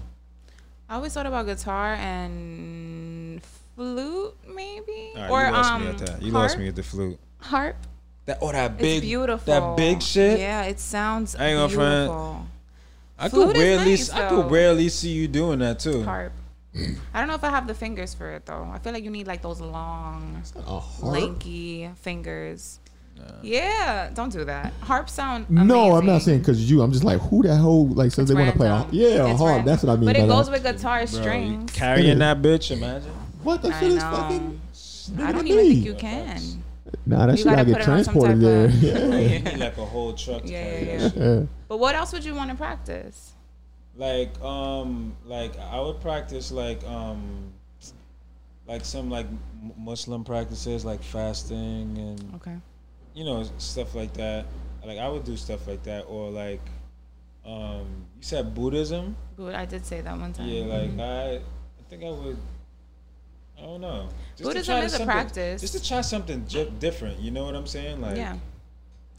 Speaker 1: I always thought about guitar and flute, maybe,
Speaker 5: All right,
Speaker 1: or
Speaker 5: you lost
Speaker 1: um,
Speaker 5: me at that. You
Speaker 1: harp.
Speaker 5: lost me at the flute.
Speaker 1: harp.
Speaker 5: That oh, that
Speaker 1: It's
Speaker 5: big,
Speaker 1: beautiful.
Speaker 5: that big shit.
Speaker 1: Yeah, it sounds
Speaker 5: I ain't gonna front.
Speaker 1: beautiful.
Speaker 5: I could
Speaker 1: Flute is
Speaker 5: rarely,
Speaker 1: nice,
Speaker 5: I
Speaker 1: though.
Speaker 5: could rarely see you doing that too.
Speaker 1: Harp. I don't know if I have the fingers for it though. I feel like you need like those long,
Speaker 2: A harp?
Speaker 1: lanky fingers. Yeah, don't do that. Harp sound.
Speaker 2: No, I'm not
Speaker 1: amazing.
Speaker 2: saying because you. I'm just like, who the hell like says
Speaker 1: It's
Speaker 2: they want to play? A,
Speaker 1: random.
Speaker 2: yeah, a
Speaker 1: It's
Speaker 2: harp.
Speaker 1: random.
Speaker 2: That's what I mean.
Speaker 1: But
Speaker 2: by
Speaker 1: it
Speaker 2: that.
Speaker 1: goes with guitar
Speaker 5: Bro, you
Speaker 1: strings.
Speaker 5: carrying that bitch, imagine.
Speaker 2: what the
Speaker 1: I
Speaker 2: shit is
Speaker 1: know.
Speaker 2: fucking.
Speaker 1: I don't
Speaker 2: nigga,
Speaker 1: even think
Speaker 2: hey.
Speaker 1: you can.
Speaker 2: Nah, that
Speaker 1: You
Speaker 2: shit gotta,
Speaker 1: gotta
Speaker 2: get
Speaker 1: put it on some
Speaker 2: transported there.
Speaker 1: type
Speaker 2: yeah.
Speaker 5: You need like a whole truck. To
Speaker 1: Yeah,
Speaker 5: carry
Speaker 1: yeah,
Speaker 5: that
Speaker 1: yeah.
Speaker 5: shit.
Speaker 2: yeah.
Speaker 1: But what else would you want to practice?
Speaker 5: like um like i would practice like um like some like m- muslim practices like fasting and
Speaker 1: Okay.
Speaker 5: you know stuff like that like i would do stuff like that or like um you said buddhism
Speaker 1: Good. I did say that one time.
Speaker 5: yeah like i i think i would i don't know to
Speaker 1: Buddhism
Speaker 5: try
Speaker 1: is a
Speaker 5: something-
Speaker 1: practice.
Speaker 5: just to try something j- different you know what i'm saying like
Speaker 1: yeah.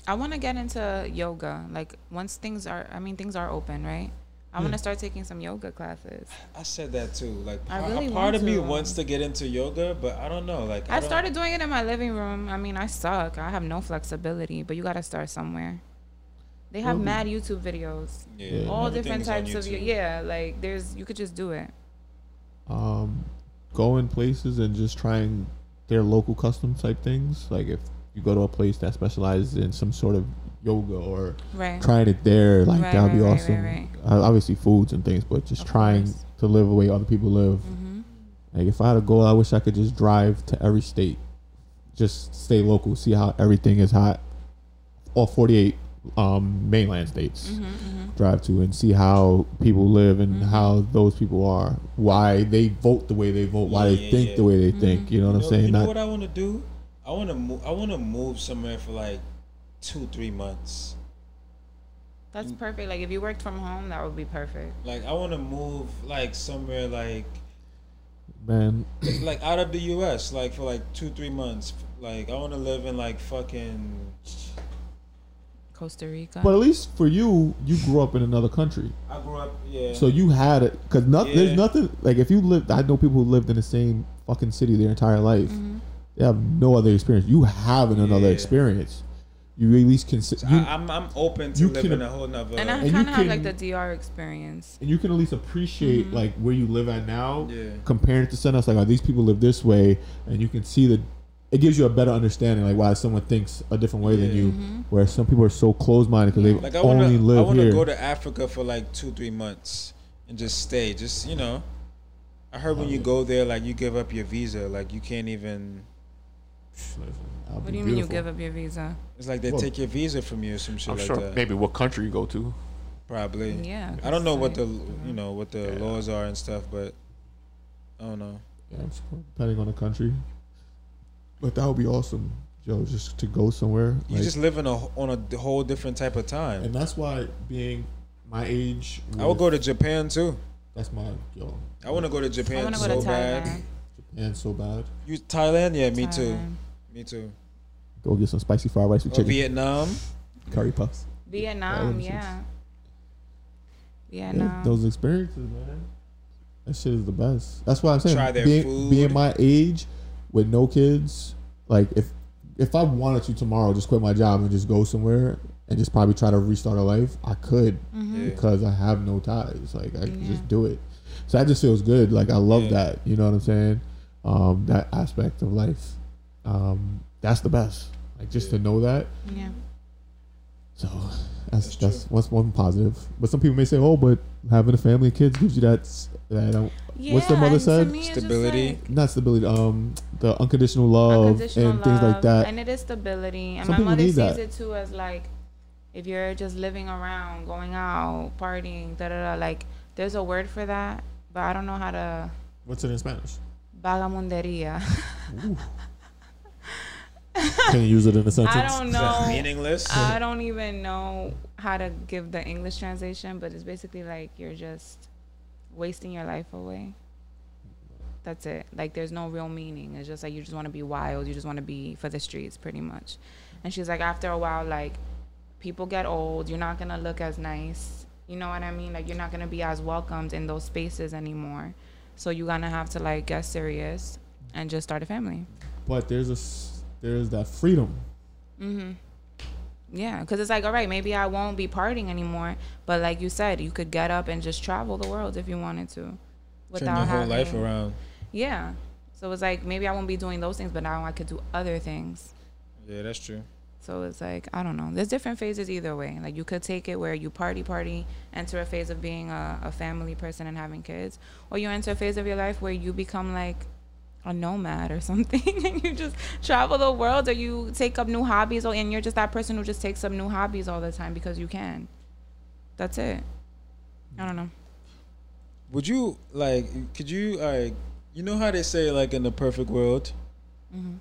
Speaker 1: I want to get into yoga. Like once things are, I mean, things are open, right? I want to start taking some yoga classes.
Speaker 5: i said that too like
Speaker 1: I
Speaker 5: par-
Speaker 1: really
Speaker 5: a part
Speaker 1: want
Speaker 5: of me
Speaker 1: to.
Speaker 5: wants to get into yoga but i don't know like
Speaker 1: I
Speaker 5: don't-
Speaker 1: started doing it in my living room. I mean, I suck. I have no flexibility, but you got to start somewhere. They have
Speaker 2: Will be.
Speaker 1: mad YouTube videos.
Speaker 5: Yeah,
Speaker 1: All
Speaker 5: everything
Speaker 1: different
Speaker 5: is on
Speaker 1: types of
Speaker 5: YouTube.
Speaker 1: yeah, like there's you could just do it.
Speaker 2: um, going places and just trying their local custom type things. Like if you go to a place that specializes in some sort of yoga or
Speaker 1: Right.
Speaker 2: trying it there, like
Speaker 1: Right,
Speaker 2: that would
Speaker 1: right,
Speaker 2: be
Speaker 1: right, right,
Speaker 2: awesome.
Speaker 1: right.
Speaker 2: Uh, obviously, foods and things, but just
Speaker 1: Of
Speaker 2: trying
Speaker 1: course. Mm-hmm.
Speaker 2: to live the way other people live. Like if I had a goal, I wish I could just drive to every state, just stay local, see how everything is hot. All 48 um, mainland states
Speaker 1: Mm-hmm,
Speaker 2: drive to and see how people live and how those people are, why they vote the way they vote, why
Speaker 5: Yeah,
Speaker 2: they
Speaker 5: yeah,
Speaker 2: think
Speaker 5: yeah.
Speaker 2: the way they
Speaker 1: Mm-hmm.
Speaker 2: think. You know what
Speaker 5: You
Speaker 2: I'm
Speaker 5: know-
Speaker 2: saying?
Speaker 5: You know
Speaker 2: Not
Speaker 5: what I want to do? I want to move. I want to move somewhere for like two, three months.
Speaker 1: That's perfect. Like if you worked from home, that would be perfect.
Speaker 5: Like I want to move like somewhere like
Speaker 2: man.
Speaker 5: like out of the U.S. Like for like two, three months. Like I want to live in like fucking.
Speaker 1: Costa Rica.
Speaker 2: But at least for you, you grew up in another country.
Speaker 5: I grew up. Yeah.
Speaker 2: So you had it because there's
Speaker 5: Yeah.
Speaker 2: nothing like if you lived. I know people who lived in the same fucking city their entire life.
Speaker 1: Mm-hmm.
Speaker 2: They have no other experience. You having another
Speaker 5: Yeah.
Speaker 2: experience. You at least consider, you,
Speaker 5: I, I'm I'm open to
Speaker 2: you
Speaker 5: living
Speaker 2: can-
Speaker 5: a whole nother.
Speaker 1: and I
Speaker 2: and you
Speaker 1: kind of have like the
Speaker 2: can-
Speaker 1: DR experience.
Speaker 2: and you can at least appreciate
Speaker 1: Mm-hmm.
Speaker 2: like where you live at now.
Speaker 5: Yeah.
Speaker 2: Comparing it to something else, like oh, these people live this way, and you can see that it gives you a better understanding, like why someone thinks a different way than
Speaker 5: Yeah.
Speaker 2: you.
Speaker 1: Mm-hmm.
Speaker 2: Where some people are so closed minded because they
Speaker 5: like I
Speaker 2: only
Speaker 5: want to. I
Speaker 2: live
Speaker 5: want to
Speaker 2: here.
Speaker 5: go to Africa for like two, three months and just stay. Just you know. I heard when you go there, like you give up your visa, like you can't even.
Speaker 2: That'd
Speaker 1: What
Speaker 2: be
Speaker 1: do you mean you
Speaker 2: beautiful.
Speaker 1: give up your visa?
Speaker 5: It's like they
Speaker 2: Well-
Speaker 5: take your visa from you or some shit
Speaker 4: I'm
Speaker 5: like
Speaker 4: sure
Speaker 5: that.
Speaker 4: maybe what country you go to.
Speaker 5: Probably.
Speaker 1: Yeah,
Speaker 5: I don't know what the
Speaker 1: it's
Speaker 5: you know what the
Speaker 4: Yeah.
Speaker 5: laws are and stuff, but I don't know.
Speaker 2: Yeah, I'm sure, depending on the country. But that would be awesome, Joe, just to go somewhere.
Speaker 5: You
Speaker 2: like-
Speaker 5: just live in a on a d- whole different type of time.
Speaker 2: and that's why being my age,
Speaker 5: I would
Speaker 2: with-
Speaker 5: go to Japan too.
Speaker 2: That's my yo.
Speaker 5: I want to go to
Speaker 1: I
Speaker 5: Japan
Speaker 1: want to go
Speaker 5: so
Speaker 1: to
Speaker 5: bad.
Speaker 1: Thailand.
Speaker 2: Japan so bad.
Speaker 5: You Thailand? Yeah, me too.
Speaker 1: Thailand.
Speaker 5: Me too.
Speaker 2: Go get some spicy fried rice with
Speaker 5: Or
Speaker 2: chicken,
Speaker 5: Vietnam.
Speaker 2: curry puffs.
Speaker 1: Vietnam,
Speaker 2: Yeah,
Speaker 1: yeah.
Speaker 2: Yeah,
Speaker 1: Vietnam.
Speaker 2: Those experiences, man. That shit is the best. That's why I'm saying
Speaker 5: Try their
Speaker 2: being,
Speaker 5: food.
Speaker 2: being my age with no kids, like if if I wanted to tomorrow, just quit my job and just go somewhere and just probably try to restart a life, I could
Speaker 1: Mm-hmm.
Speaker 5: Yeah.
Speaker 2: because I have no ties. Like I can just do it. So that just feels good. Like I love
Speaker 5: Yeah.
Speaker 2: that. You know what I'm saying? Um, that aspect of life. Um, that's the best. Like just to know that.
Speaker 1: yeah.
Speaker 2: So that's that's, what's one positive. But some people may say, "Oh, but having a family and kids gives you that s- that um,
Speaker 1: yeah.
Speaker 2: what's the mother
Speaker 1: and to
Speaker 2: said?
Speaker 1: me, it's just
Speaker 5: Stability.
Speaker 1: like
Speaker 2: not stability, um, the unconditional love
Speaker 1: unconditional
Speaker 2: Oh, and things like
Speaker 1: love,
Speaker 2: that."
Speaker 1: And it is stability. And
Speaker 2: Some
Speaker 1: my
Speaker 2: people
Speaker 1: mother
Speaker 2: need
Speaker 1: sees
Speaker 2: that.
Speaker 1: it too as like if you're just living around, going out, partying, da da da. Like there's a word for that, but I don't know how to.
Speaker 2: what's it in Spanish?
Speaker 1: Vagamunderia.
Speaker 2: Can you use it in a sentence?
Speaker 1: I don't
Speaker 5: Is that
Speaker 1: know.
Speaker 5: meaningless?
Speaker 1: I don't even know how to give the English translation, but it's basically like you're just wasting your life away. That's it. Like there's no real meaning. It's just like you just want to be wild. You just want to be for the streets, pretty much. And she's like, after a while, like people get old. You're not gonna look as nice. You know what I mean? Like you're not gonna be as welcomed in those spaces anymore. So you're gonna have to like get serious and just start a family.
Speaker 2: But there's a s- there's that freedom.
Speaker 1: Yeah, because it's like, all right, maybe I won't be partying anymore. But like you said, you could get up and just travel the world if you wanted to,
Speaker 5: Turn your whole
Speaker 1: without
Speaker 5: life
Speaker 1: having.
Speaker 5: around.
Speaker 1: Yeah, so it's like maybe I won't be doing those things, but now I could do other things.
Speaker 5: Yeah, that's true.
Speaker 1: So it's like I don't know. There's different phases either way. Like you could take it where you party, party, enter a phase of being a, a family person and having kids, or you enter a phase of your life where you become like a nomad or something, and you just travel the world, or you take up new hobbies, or and you're just that person who just takes up new hobbies all the time because you can. That's it. I don't know.
Speaker 5: Would you like? Could you like? You know how they say like in the perfect world.
Speaker 1: Mm-hmm.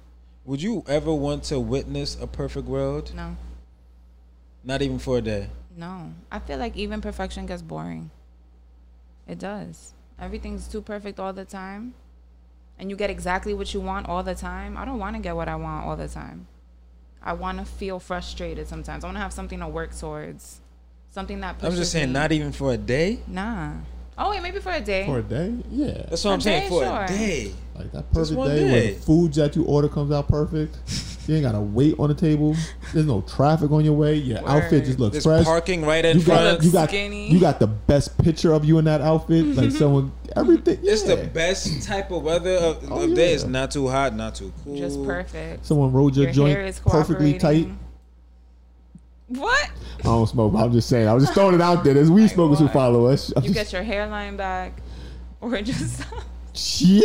Speaker 5: Would you ever want to witness a perfect world?
Speaker 1: No,
Speaker 5: Not even for a day.
Speaker 1: no. I feel like even perfection gets boring. It does. Everything's too perfect all the time. And you get exactly what you want all the time. I don't want to get what I want all the time. I want to feel frustrated sometimes. I want to have something to work towards. Something that pushes
Speaker 5: I'm just saying,
Speaker 1: me.
Speaker 5: not even for a day.
Speaker 1: Nah. Oh, wait, maybe for a day.
Speaker 2: For a day, yeah,
Speaker 5: That's
Speaker 1: A
Speaker 5: what i I'm saying.
Speaker 1: day,
Speaker 5: For
Speaker 1: sure.
Speaker 5: a day.
Speaker 2: like that
Speaker 5: Just
Speaker 2: perfect
Speaker 5: one
Speaker 2: day, where
Speaker 5: day.
Speaker 2: the foods that you order comes out perfect. you ain't gotta wait on the table. There's no traffic on your way. Your outfit just looks
Speaker 5: There's
Speaker 2: fresh.
Speaker 5: parking right in
Speaker 2: you got
Speaker 5: front.
Speaker 2: you got
Speaker 1: skinny.
Speaker 2: you got the best picture of you in that outfit. Like someone, everything.
Speaker 5: It's the
Speaker 2: yeah.
Speaker 5: best type of weather of,
Speaker 2: Oh,
Speaker 5: of day.
Speaker 2: yeah.
Speaker 5: It's not too hot, not too cool.
Speaker 1: Just perfect.
Speaker 2: Someone rolled your,
Speaker 1: Your hair is
Speaker 2: joint perfectly tight.
Speaker 1: cooperating. What?
Speaker 2: I don't smoke, but I'm just saying. I was just throwing it out there. There's weed smokers who
Speaker 1: Lord.
Speaker 2: follow us. I'm
Speaker 1: You
Speaker 2: just-
Speaker 1: get your hairline back, or just
Speaker 2: Yo! Hold-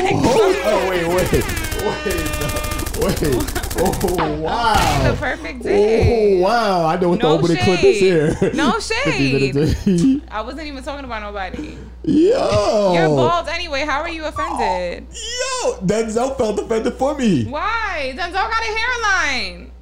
Speaker 2: oh, wait, wait. Wait. uh, Wait. Oh,
Speaker 1: the
Speaker 2: wow.
Speaker 1: perfect
Speaker 2: Oh,
Speaker 1: day.
Speaker 2: wow. I know what
Speaker 1: No
Speaker 2: the opening clip is
Speaker 1: shade.
Speaker 2: here.
Speaker 1: No
Speaker 2: 50 minutes in.
Speaker 1: I wasn't even talking about nobody.
Speaker 2: Yo!
Speaker 1: You're bald anyway. How are you offended?
Speaker 2: Yo! Denzel felt offended for me.
Speaker 1: Why? Denzel got a hairline.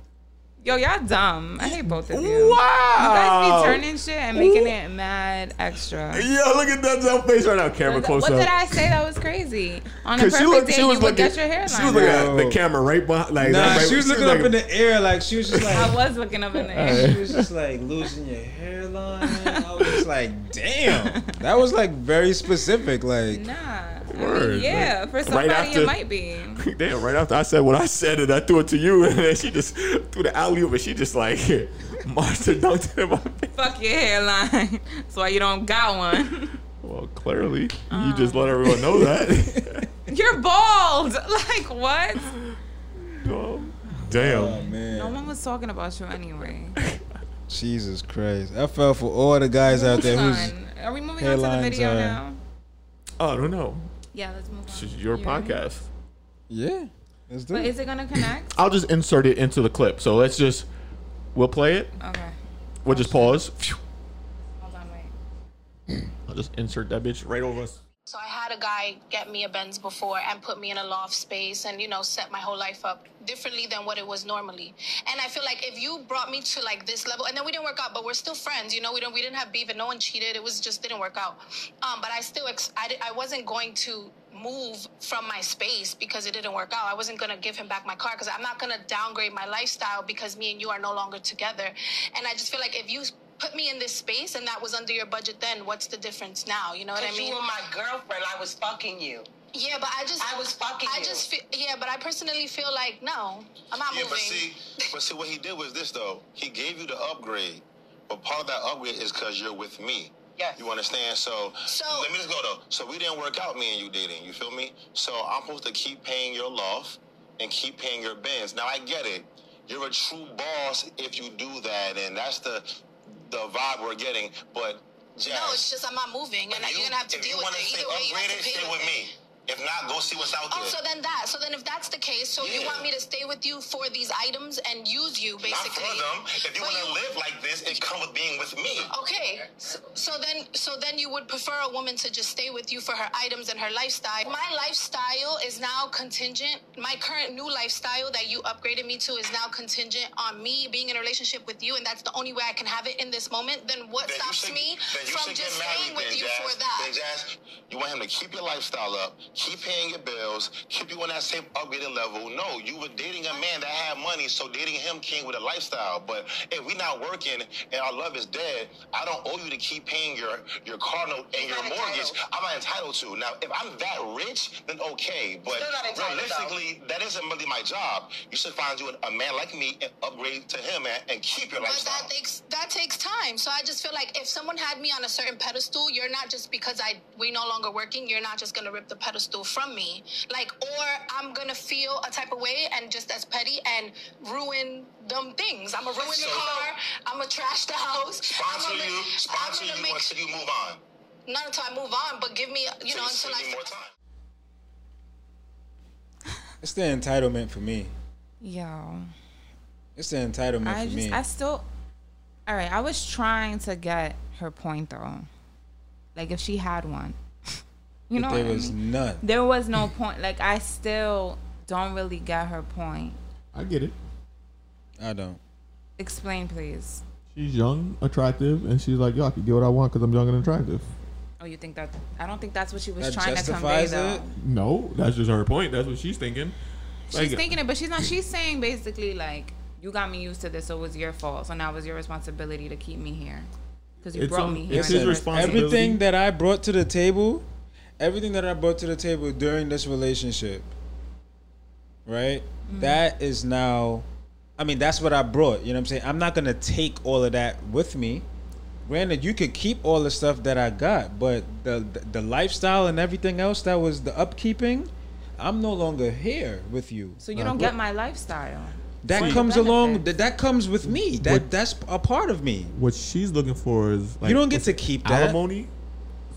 Speaker 1: Yo, y'all dumb. I hate both of you. You guys
Speaker 2: Wow!
Speaker 1: be turning shit and making it mad extra.
Speaker 2: Yo, look at Denzel's face right now. Camera
Speaker 1: What
Speaker 2: close
Speaker 1: did
Speaker 2: up.
Speaker 1: I say that was crazy? On a
Speaker 2: Because
Speaker 1: perfect
Speaker 2: she, looked,
Speaker 1: day,
Speaker 2: she was
Speaker 1: you would
Speaker 2: looking.
Speaker 1: get your hairline.
Speaker 2: She was looking
Speaker 1: back.
Speaker 2: at the camera right behind. Like,
Speaker 5: Nah,
Speaker 2: right-
Speaker 5: she was looking up in the air like she was just
Speaker 1: I
Speaker 5: like
Speaker 1: was looking up in the air.
Speaker 5: she was just like losing your hairline. I was just like, damn, that was like very specific. Like,
Speaker 1: Nah. I mean,
Speaker 2: Word,
Speaker 1: yeah,
Speaker 2: like,
Speaker 1: for
Speaker 2: right
Speaker 1: somebody
Speaker 2: after-
Speaker 1: it might be.
Speaker 2: Damn, right after I said what I said and I threw it to you, and then she just threw the alley over. She just like monster dunked it in my face.
Speaker 1: Fuck your hairline. That's why you don't got one.
Speaker 2: Well, clearly, you
Speaker 1: Uh.
Speaker 2: just let everyone know that.
Speaker 1: You're bald. Like what?
Speaker 2: No. Damn.
Speaker 5: oh man,
Speaker 1: No one was talking about you anyway.
Speaker 5: Jesus Christ, I fell for all the guys out there who's.
Speaker 1: Son, Are we moving on to the
Speaker 5: hairlines
Speaker 1: video
Speaker 5: are-
Speaker 1: now?
Speaker 2: Oh, I don't know.
Speaker 1: Yeah, let's move on.
Speaker 4: This is your
Speaker 1: You ready?
Speaker 4: podcast.
Speaker 5: Yeah, let's do
Speaker 1: But
Speaker 5: it.
Speaker 1: is it gonna connect?
Speaker 2: I'll just insert it into the clip. So let's just, we'll play it.
Speaker 5: Ah.
Speaker 1: Okay.
Speaker 2: We'll just pause. Phew.
Speaker 1: Hold on, wait.
Speaker 2: I'll just insert that bitch right over us.
Speaker 6: So I had a guy get me a Benz before and put me in a loft space and you know set my whole life up differently than what it was normally. And I feel like if you brought me to like this level and then we didn't work out, but we're still friends, you know, we don't we didn't have beef and no one cheated. It was just didn't work out. Um, but I still ex- I, di- I wasn't going to move from my space because it didn't work out. I wasn't gonna give him back my car because I'm not gonna downgrade my lifestyle because me and you are no longer together. And I just feel like if you put me in this space and that was under your budget then, what's the difference now? You know what I
Speaker 7: Because
Speaker 6: mean?
Speaker 7: you were my girlfriend. I was fucking you.
Speaker 6: Yeah, but I just
Speaker 7: I was fucking
Speaker 6: I
Speaker 7: you.
Speaker 6: just feel yeah, but I personally feel like no, I'm not
Speaker 8: Yeah,
Speaker 6: moving.
Speaker 8: but see, but see, what he did was this though. He gave you the upgrade, but part of that upgrade is because you're with me.
Speaker 7: Yes.
Speaker 8: You understand? So,
Speaker 6: So-
Speaker 8: let me just go though. So we didn't work out, me and you dating. You feel me? So I'm supposed to keep paying your loft and keep paying your bins. Now I get it. You're a true boss if you do that, and that's the the vibe we're getting. But Jazz,
Speaker 6: no, it's just I'm not moving, and
Speaker 8: if
Speaker 6: you're gonna have to
Speaker 8: if
Speaker 6: deal
Speaker 8: you
Speaker 6: with
Speaker 8: wanna
Speaker 6: it.
Speaker 8: stay
Speaker 6: Either way, you have
Speaker 8: upgraded,
Speaker 6: to pay
Speaker 8: stay
Speaker 6: with,
Speaker 8: with
Speaker 6: it.
Speaker 8: me. If not, go see what's out there.
Speaker 6: Oh, so then that. So then, if that's the case, so you
Speaker 8: Yeah.
Speaker 6: want me to stay with you for these items and use you
Speaker 8: Not
Speaker 6: basically?
Speaker 8: for them. If you
Speaker 6: But
Speaker 8: want to live like this, it comes with being with me.
Speaker 6: Okay, so, so then, so then you would prefer a woman to just stay with you for her items and her lifestyle. My lifestyle is now contingent. My current new lifestyle that you upgraded me to is now contingent on me being in a relationship with you, and that's the only way I can have it in this moment. Then what
Speaker 8: Then you
Speaker 6: stops
Speaker 8: should-
Speaker 6: me
Speaker 8: then you
Speaker 6: from
Speaker 8: should get
Speaker 6: just
Speaker 8: married
Speaker 6: staying with
Speaker 8: then,
Speaker 6: you
Speaker 8: Jazz.
Speaker 6: for that?
Speaker 8: Then, Jazz, you want him to keep your lifestyle up, keep paying your bills, keep you on that same upgraded level. No, you were dating a man that had money, so dating him came with a lifestyle. But if we're not working and our love is dead, I don't owe you to keep paying your your car note and your
Speaker 7: not
Speaker 8: mortgage.
Speaker 7: entitled.
Speaker 8: I'm not entitled to. Now, if I'm that rich, then okay. But
Speaker 7: Still not entitled, though.
Speaker 8: realistically, that isn't really my job. You should find you a man like me and upgrade to him and, and keep your
Speaker 6: But
Speaker 8: lifestyle.
Speaker 6: that takes that takes time. So I just feel like if someone had me on a certain pedestal, you're not just because I we no longer working, you're not just gonna rip the pedestal from me. Like, or I'm gonna feel a type of way and just as petty and ruin them things. I'm gonna ruin the
Speaker 8: So-
Speaker 6: car. I'm gonna trash the house.
Speaker 8: sponsor
Speaker 6: I'm gonna,
Speaker 8: you, sponsor
Speaker 6: I'm gonna
Speaker 8: you
Speaker 6: make
Speaker 8: until you move on.
Speaker 6: not until I move on, but give me you know until
Speaker 8: Until you
Speaker 6: I
Speaker 8: need more time.
Speaker 5: It's the entitlement for me.
Speaker 1: Yo.
Speaker 5: It's the entitlement
Speaker 1: I
Speaker 5: for
Speaker 1: just
Speaker 5: me.
Speaker 1: I still all right, I was trying to get her point though. Like if she had one. you know
Speaker 5: but
Speaker 1: what
Speaker 5: there
Speaker 1: I
Speaker 5: was
Speaker 1: mean?
Speaker 5: none.
Speaker 1: there was no point. Like I still don't really get her point.
Speaker 2: I get it.
Speaker 5: I don't.
Speaker 1: Explain please.
Speaker 2: She's young, attractive, and she's like, yo, I can get what I want because I'm young and attractive.
Speaker 1: Oh, you think that I don't think that's what she was
Speaker 5: That
Speaker 1: trying to convey
Speaker 5: justifies
Speaker 1: though.
Speaker 5: it?
Speaker 2: No, that's just her point. That's what she's thinking.
Speaker 1: She's thinking it, but she's not. She's saying basically like, "You got me used to this, so it was your fault. So now it was your responsibility to keep me here, because you
Speaker 2: It's
Speaker 1: brought
Speaker 2: on-
Speaker 1: me here."
Speaker 2: it's
Speaker 1: in the
Speaker 2: his
Speaker 1: first place."
Speaker 2: responsibility.
Speaker 5: Everything that I brought to the table, everything that I brought to the table during this relationship, right? That is now. I I mean, that's what I brought. You know what I'm saying? I'm not gonna take all of that with me. Granted, you could keep all the stuff that I got, but the the, the lifestyle and everything else that was the upkeeping, I'm no longer here with you.
Speaker 1: So you don't get my lifestyle.
Speaker 5: That
Speaker 1: Wait.
Speaker 5: comes along.
Speaker 1: Benefits.
Speaker 5: That, that comes with me. That
Speaker 2: What-
Speaker 5: that's a part of me.
Speaker 2: What she's looking for is like
Speaker 5: You don't get
Speaker 2: what's
Speaker 5: to
Speaker 2: it,
Speaker 5: keep that.
Speaker 2: alimony.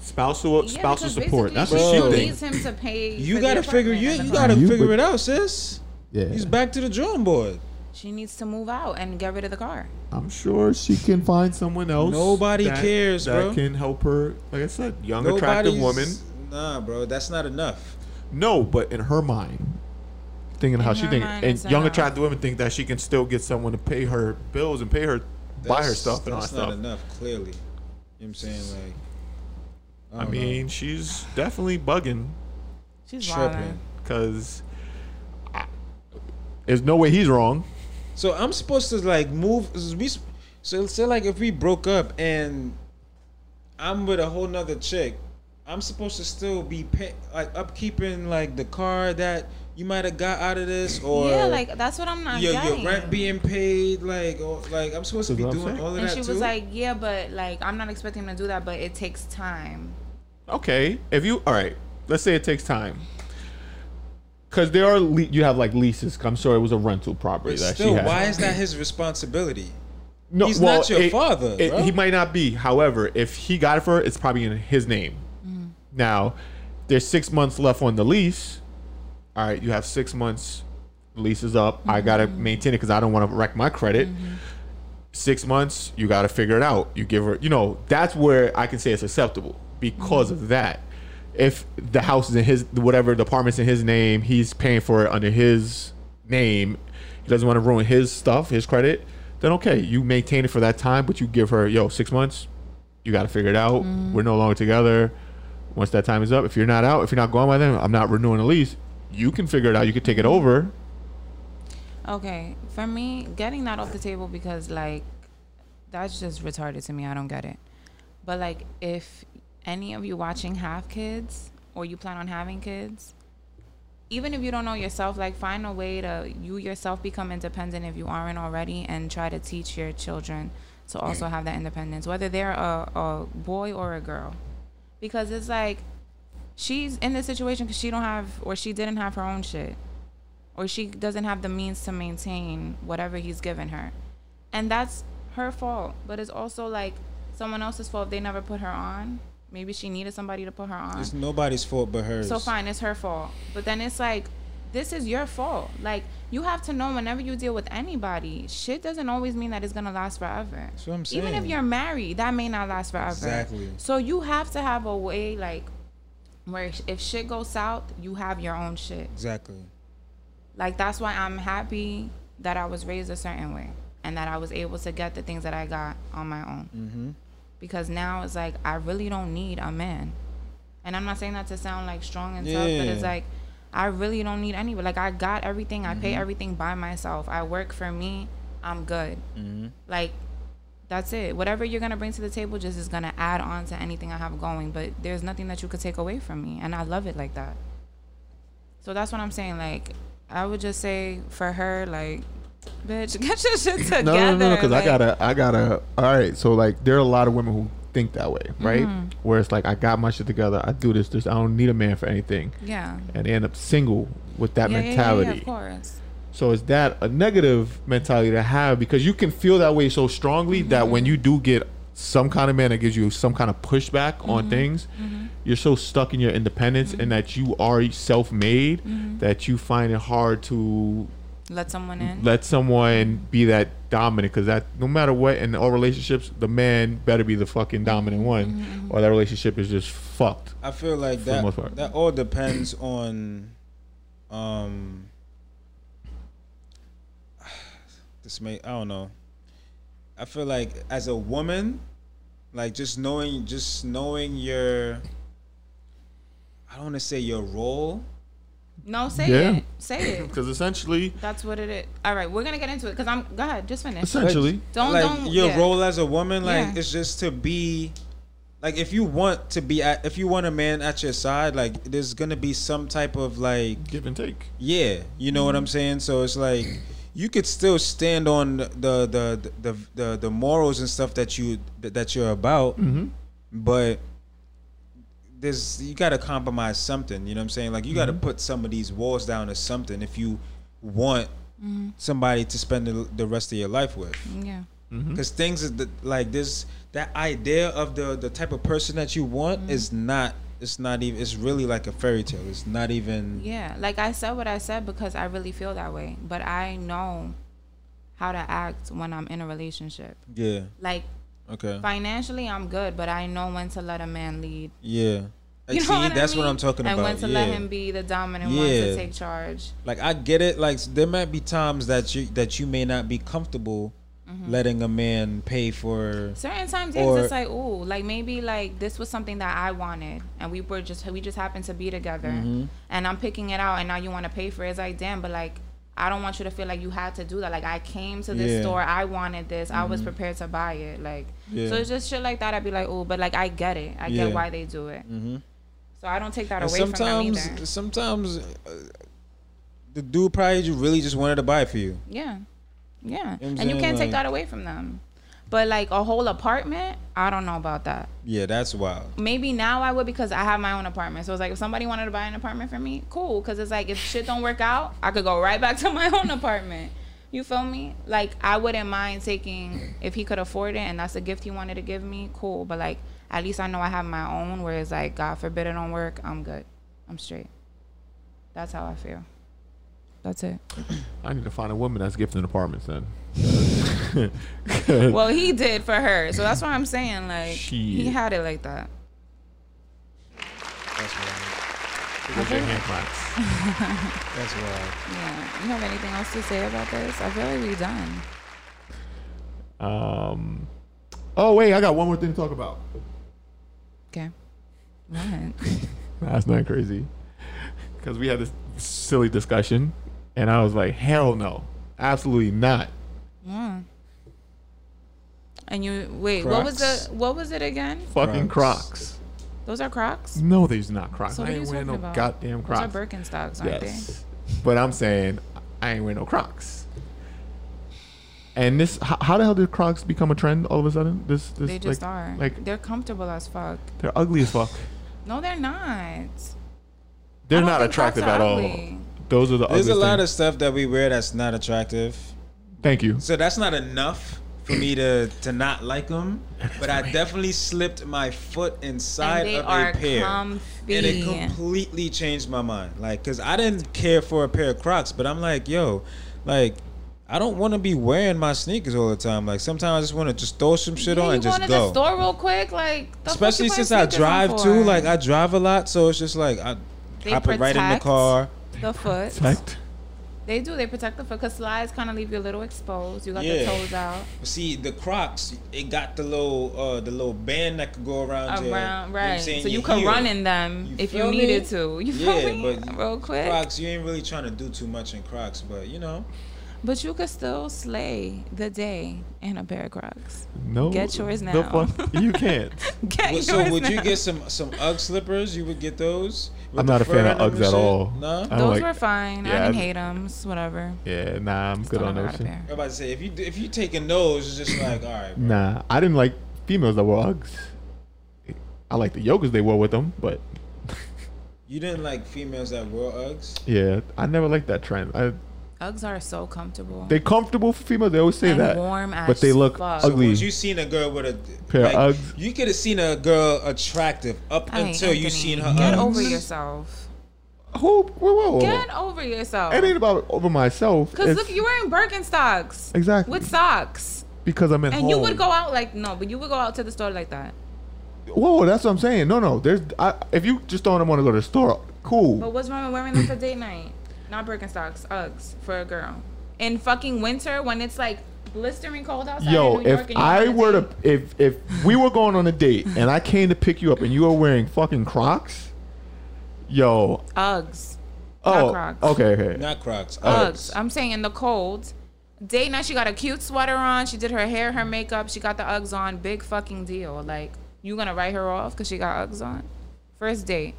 Speaker 4: Spousal
Speaker 1: Yeah,
Speaker 4: spousal
Speaker 1: because
Speaker 4: support. That's
Speaker 1: basically
Speaker 4: what
Speaker 5: Bro.
Speaker 4: she
Speaker 1: she
Speaker 4: thinks.
Speaker 1: needs him to pay.
Speaker 5: You
Speaker 1: for the
Speaker 5: gotta figure
Speaker 1: apartment
Speaker 5: you
Speaker 1: and the
Speaker 5: you
Speaker 1: car.
Speaker 5: gotta
Speaker 2: You
Speaker 5: figure
Speaker 2: would-
Speaker 5: it out, sis.
Speaker 2: Yeah,
Speaker 5: He's back to the drawing board.
Speaker 1: She needs to move out and get rid of the car.
Speaker 2: I'm sure she can find someone else.
Speaker 5: Nobody
Speaker 4: that-
Speaker 5: cares,
Speaker 4: that
Speaker 5: bro.
Speaker 4: can help her. Like I said, young attractive woman.
Speaker 5: Nobody's- Nah, bro, that's not enough.
Speaker 4: No, but
Speaker 2: in her mind, thinking how she
Speaker 1: her
Speaker 2: think,
Speaker 1: mind,
Speaker 2: and
Speaker 1: it's uh, a
Speaker 2: young
Speaker 1: no.
Speaker 2: attractive women think that she can still get someone to pay her bills and pay her, buy her
Speaker 5: That's-
Speaker 2: stuff and all that
Speaker 5: That's not
Speaker 2: stuff.
Speaker 5: enough, clearly. You know what I'm saying? Like
Speaker 4: I
Speaker 5: don't
Speaker 4: mean, she's definitely bugging
Speaker 1: She's
Speaker 5: Tripping.
Speaker 1: wilding.
Speaker 4: because
Speaker 2: There's no way he's wrong.
Speaker 5: So I'm supposed to like move. We so say like if we broke up and I'm with a whole nother chick, I'm supposed to still be pay, like upkeeping like the car that you might have got out of this or
Speaker 1: Yeah, like that's what I'm not
Speaker 5: your,
Speaker 1: getting.
Speaker 5: your rent being paid. Like or, like I'm supposed to
Speaker 2: That's
Speaker 5: be
Speaker 2: what I'm
Speaker 5: doing
Speaker 2: saying.
Speaker 5: all of
Speaker 1: and
Speaker 5: that
Speaker 1: she
Speaker 5: too.
Speaker 1: was like, "Yeah, but like I'm not expecting him to do that, but it takes time."
Speaker 2: Okay, if you all right, let's say it takes time. Because there are le- you have like leases. I'm sure it was a rental property
Speaker 5: But
Speaker 2: that
Speaker 5: still,
Speaker 2: she had.
Speaker 5: why is that his responsibility?
Speaker 2: No,
Speaker 5: He's not your father, bro.
Speaker 2: He might not be. However, if he got it for her, it's probably in his name. Now, there's six months left on the lease. All right, you have six months. Lease is up. I gotta maintain it because I don't want to wreck my credit. Six months, you gotta figure it out. You give her, you know, that's where I can say it's acceptable because of that. If the house is in his, whatever the apartment's in his name, he's paying for it under his name. He doesn't want to ruin his stuff, his credit. Then okay, you maintain it for that time, but you give her, yo, six months. You gotta figure it out. We're no longer together once that time is up, if you're not out, if you're not going by then, I'm not renewing the lease. You can figure it out. You can take it over.
Speaker 1: Okay, for me, getting that off the table because like that's just retarded to me. I don't get it. But like, if any of you watching have kids or you plan on having kids, even if you don't know yourself, like find a way to you yourself become independent if you aren't already, and try to teach your children to also have that independence, whether they're a, a boy or a girl, because it's like she's in this situation because she don't have or she didn't have her own shit or she doesn't have the means to maintain whatever he's given her. And that's her fault, but it's also like someone else's fault. They never put her on. Maybe she needed somebody to put her on.
Speaker 5: It's nobody's fault but hers.
Speaker 1: So fine, it's her fault. But then it's like, this is your fault. Like, you have to know whenever you deal with anybody, shit doesn't always mean that it's gonna last forever.
Speaker 5: what I'm
Speaker 1: Even if
Speaker 5: saying.
Speaker 1: you're married, that may not last forever.
Speaker 5: Exactly.
Speaker 1: So you have to have a way, like, where if shit goes south, you have your own shit.
Speaker 5: Exactly.
Speaker 1: Like that's why I'm happy that I was raised a certain way and that I was able to get the things that I got on my own. Because now it's like I really don't need a man, and I'm not saying that to sound like strong and tough, but it's
Speaker 5: Yeah.
Speaker 1: like I really don't need anybody. Like I got everything, I pay everything by myself. I work for me. I'm good. Like that's it. Whatever you're gonna bring to the table just is gonna add on to anything I have going. But there's nothing that you could take away from me, and I love it like that. So that's what I'm saying. Like, I would just say for her, like, bitch, get your shit together.
Speaker 2: No, no, no, no, because
Speaker 1: like,
Speaker 2: I gotta, I gotta. All right, so like there are a lot of women who think that way,
Speaker 1: Mm-hmm.
Speaker 2: right? Where it's like I got my shit together, I do this, this, I don't need a man for anything,
Speaker 1: Yeah.
Speaker 2: and they end up single with that
Speaker 1: Yeah, yeah, yeah,
Speaker 2: mentality.
Speaker 1: yeah, of course.
Speaker 2: So is that a negative mentality to have? Because you can feel that way so strongly
Speaker 1: Mm-hmm.
Speaker 2: that when you do get some kind of man that gives you some kind of pushback
Speaker 1: Mm-hmm.
Speaker 2: on things, you're so stuck in your independence and that you are self-made
Speaker 1: Mm-hmm.
Speaker 2: that you find it hard to
Speaker 1: Let someone in.
Speaker 2: let someone be that dominant because that no matter what in all relationships the man better be the fucking dominant one or that relationship is just fucked
Speaker 5: I feel like
Speaker 2: the
Speaker 5: that
Speaker 2: most part.
Speaker 5: that all depends on um this may I don't know. I feel like as a woman, like just knowing just knowing your I don't want to say your role.
Speaker 1: no, say
Speaker 2: Yeah.
Speaker 1: it. Say it.
Speaker 2: because essentially
Speaker 1: That's what it is. All right, we're gonna get into it because I'm. Go ahead, just finish.
Speaker 2: essentially
Speaker 1: Don't
Speaker 5: like
Speaker 1: don't.
Speaker 5: your
Speaker 1: yeah.
Speaker 5: role as a woman like
Speaker 1: Yeah.
Speaker 5: it's just to be like if you want to be at if you want a man at your side like there's gonna be some type of like
Speaker 2: give and take
Speaker 5: yeah you know what i'm saying so it's like you could still stand on the the the the, the morals and stuff that you that you're about, but there's you got to compromise something. You know what I'm saying? Like you got to put some of these walls down or something if you want somebody to spend the, the rest of your life with.
Speaker 1: Yeah.
Speaker 5: Because things is the, like this that idea of the the type of person that you want is not. It's not even. It's really like a fairy tale. It's not even.
Speaker 1: Yeah. Like I said what I said because I really feel that way. But I know how to act when I'm in a relationship.
Speaker 5: Yeah.
Speaker 1: Like
Speaker 5: Okay.
Speaker 1: financially I'm good, but I know when to let a man lead.
Speaker 5: Yeah.
Speaker 1: You know
Speaker 5: See,
Speaker 1: what I
Speaker 5: that's what
Speaker 1: mean?
Speaker 5: I'm talking
Speaker 1: and
Speaker 5: about.
Speaker 1: when to
Speaker 5: yeah.
Speaker 1: let him be the dominant one to
Speaker 5: Yeah.
Speaker 1: take charge.
Speaker 5: Like I get it. Like there might be times that you that you may not be comfortable letting a man pay for.
Speaker 1: Certain times
Speaker 5: Or-
Speaker 1: Mm-hmm. it's just like, ooh, like maybe like this was something that I wanted, and we were just we just happened to be together,
Speaker 5: Mm-hmm.
Speaker 1: and I'm picking it out, and now you want to pay for it. It's like, damn, but like I don't want you to feel like you had to do that. Like I came to this
Speaker 5: Yeah. Mm-hmm.
Speaker 1: store, I wanted this, I was prepared to buy it. Like
Speaker 5: Yeah.
Speaker 1: so, it's just shit like that. I'd be like, ooh, but like I get it, I get
Speaker 5: Yeah. Mm-hmm.
Speaker 1: why they do it. So I don't take that
Speaker 5: And
Speaker 1: away from them
Speaker 5: sometimes,
Speaker 1: either.
Speaker 5: sometimes uh, the dude probably ju- really just wanted to buy it for you.
Speaker 1: Yeah. Yeah.
Speaker 5: You know what I'm
Speaker 1: and you
Speaker 5: saying?
Speaker 1: can't take
Speaker 5: Like-
Speaker 1: that away from them. But like a whole apartment, I don't know about that.
Speaker 5: Yeah, that's wild.
Speaker 1: Maybe now I would because I have my own apartment. So it's like if somebody wanted to buy an apartment for me, cool. Cause it's like if shit don't work out, I could go right back to my own apartment. You feel me? Like I wouldn't mind taking if he could afford it and that's a gift he wanted to give me, cool. But like at least I know I have my own. Whereas like God forbid it don't work, I'm good. I'm straight. That's how I feel. That's it.
Speaker 2: I need to find a woman that's gifted apartments then.
Speaker 1: Well, he did for her, so that's why I'm saying like he
Speaker 2: Shit.
Speaker 1: had it like that.
Speaker 5: That's wild.
Speaker 2: Hand
Speaker 5: That's wild.
Speaker 1: Yeah. You have anything else to say about this? I feel like we done.
Speaker 2: claps. um. Oh wait, I got one more thing to talk about.
Speaker 1: Okay. What?
Speaker 2: Nah, That's not crazy. Because we had this silly discussion, and I was like, hell no. Absolutely not.
Speaker 1: Yeah. And you wait. What was
Speaker 5: Crocs.
Speaker 1: the what was it again?
Speaker 2: Fucking
Speaker 5: Crocs.
Speaker 2: Crocs.
Speaker 1: Those are Crocs.
Speaker 2: No, these not Crocs.
Speaker 1: So
Speaker 2: I
Speaker 1: what are
Speaker 2: ain't
Speaker 1: you
Speaker 2: wearing
Speaker 1: talking
Speaker 2: no
Speaker 1: about?
Speaker 2: goddamn Crocs.
Speaker 1: Those are Birkenstocks, aren't
Speaker 2: yes. But I'm saying, I ain't wearing no Crocs. And this, how, how the hell did Crocs become a trend all of a sudden? This, this
Speaker 1: they? They just
Speaker 2: like,
Speaker 1: are.
Speaker 2: Like
Speaker 1: they're comfortable as fuck.
Speaker 2: they're ugly as fuck.
Speaker 1: No, they're not.
Speaker 2: They're
Speaker 1: don't
Speaker 2: not
Speaker 1: think Crocs
Speaker 2: attractive
Speaker 1: are
Speaker 2: at all.
Speaker 1: ugly.
Speaker 2: Those are the ugliest
Speaker 5: There's a lot
Speaker 2: thing.
Speaker 5: of stuff that we wear that's not attractive.
Speaker 2: Thank you.
Speaker 5: So that's not enough for me to to not like them. But I definitely slipped my foot inside
Speaker 1: And they
Speaker 5: of
Speaker 1: are
Speaker 5: a pair,
Speaker 1: comfy.
Speaker 5: and it completely changed my mind. Like, cause I didn't care for a pair of Crocs, but I'm like, yo, like. I don't want to be wearing my sneakers all the time. Like sometimes I just want to just throw some shit
Speaker 1: Yeah,
Speaker 5: on
Speaker 1: you
Speaker 5: and just
Speaker 1: going
Speaker 5: go.
Speaker 1: to the store real quick, like the fuck you
Speaker 5: Especially
Speaker 1: putting
Speaker 5: since I
Speaker 1: sneakers on
Speaker 5: drive too.
Speaker 1: for?
Speaker 5: Like I drive a lot, so it's just like I
Speaker 1: They
Speaker 5: hop it right in the
Speaker 1: protect.
Speaker 5: car.
Speaker 1: the foot.
Speaker 2: Fact.
Speaker 1: They do. They protect the foot because slides kind of leave you a little exposed. You got the
Speaker 5: Yeah.
Speaker 1: toes out.
Speaker 5: See the Crocs, it got the little uh the little band that could go around. your-
Speaker 1: Around,
Speaker 5: know what I'm
Speaker 1: right.
Speaker 5: saying,
Speaker 1: so you
Speaker 5: your
Speaker 1: could
Speaker 5: heel.
Speaker 1: run in them
Speaker 5: You
Speaker 1: if you
Speaker 5: feel me?
Speaker 1: needed to. You feel
Speaker 5: Yeah,
Speaker 1: me?
Speaker 5: but
Speaker 1: Real quick.
Speaker 5: Crocs, you ain't really trying to do too much in Crocs, but you know,
Speaker 1: But you could still slay the day in a pair of Crocs.
Speaker 2: No.
Speaker 1: Get yours
Speaker 2: the
Speaker 1: now.
Speaker 2: fuck- you can't.
Speaker 1: Get
Speaker 5: Well,
Speaker 1: yours
Speaker 5: so would
Speaker 1: now.
Speaker 5: you get some some UGG slippers? You would get those. with
Speaker 2: I'm
Speaker 5: the
Speaker 2: not a
Speaker 5: fur
Speaker 2: fan
Speaker 5: in
Speaker 2: of
Speaker 5: them
Speaker 2: Uggs
Speaker 5: and
Speaker 2: at
Speaker 5: shit?
Speaker 2: all.
Speaker 5: No.
Speaker 2: I
Speaker 1: Those
Speaker 2: don't like.
Speaker 1: were fine. I
Speaker 2: yeah,
Speaker 1: didn't
Speaker 2: I-
Speaker 1: hate them. Whatever.
Speaker 2: Yeah, nah, I'm good
Speaker 1: Still
Speaker 2: on
Speaker 1: never
Speaker 2: those.
Speaker 1: got a
Speaker 2: shit.
Speaker 1: pair.
Speaker 5: I'm about to say if you do- if you taking those, it's just like all right. Bro.
Speaker 2: Nah, I didn't like females that wore Uggs. I like the yogas they wore with them, but
Speaker 5: You didn't like females that wore Uggs.
Speaker 2: yeah, I never liked that trend. I,
Speaker 1: Uggs are so comfortable.
Speaker 2: they comfortable for females. They always say
Speaker 1: And
Speaker 2: that,
Speaker 1: warm as
Speaker 2: but they look
Speaker 1: fuck. So
Speaker 2: ugly.
Speaker 5: Once you seen a girl with a
Speaker 2: Pair of
Speaker 5: like,
Speaker 2: Uggs.
Speaker 5: you could have seen a girl attractive up
Speaker 1: Hey,
Speaker 5: until you
Speaker 1: Anthony,
Speaker 5: seen her
Speaker 1: Get
Speaker 5: Uggs.
Speaker 1: over yourself.
Speaker 2: Who? Whoa, whoa, whoa.
Speaker 1: Get over yourself.
Speaker 2: It ain't about over myself.
Speaker 1: Cause
Speaker 2: it's
Speaker 1: look, you were in Birkenstocks.
Speaker 2: Exactly.
Speaker 1: With socks.
Speaker 2: because I'm at
Speaker 1: And
Speaker 2: home.
Speaker 1: you would go out like no, but you would go out to the store like that.
Speaker 2: Whoa, that's what I'm saying. No, no. There's I, if you just don't want to go to the store, cool.
Speaker 1: But what's wrong with wearing them for date night? Not Birkenstocks, Uggs for a girl in fucking winter when it's like blistering cold outside.
Speaker 2: Yo,
Speaker 1: in New York
Speaker 2: if
Speaker 1: and you
Speaker 2: I
Speaker 1: wanna
Speaker 2: were to,
Speaker 1: date-
Speaker 2: if if we were going on a date and I came to pick you up and you were wearing fucking Crocs, yo,
Speaker 1: Uggs,
Speaker 2: oh,
Speaker 1: Crocs.
Speaker 2: okay, okay,
Speaker 5: Not Crocs.
Speaker 1: Uggs.
Speaker 5: Uggs.
Speaker 1: I'm saying in the cold. Date night, she got a cute sweater on. She did her hair, her makeup. She got the Uggs on. Big fucking deal. Like you gonna write her off because she got Uggs on? First date.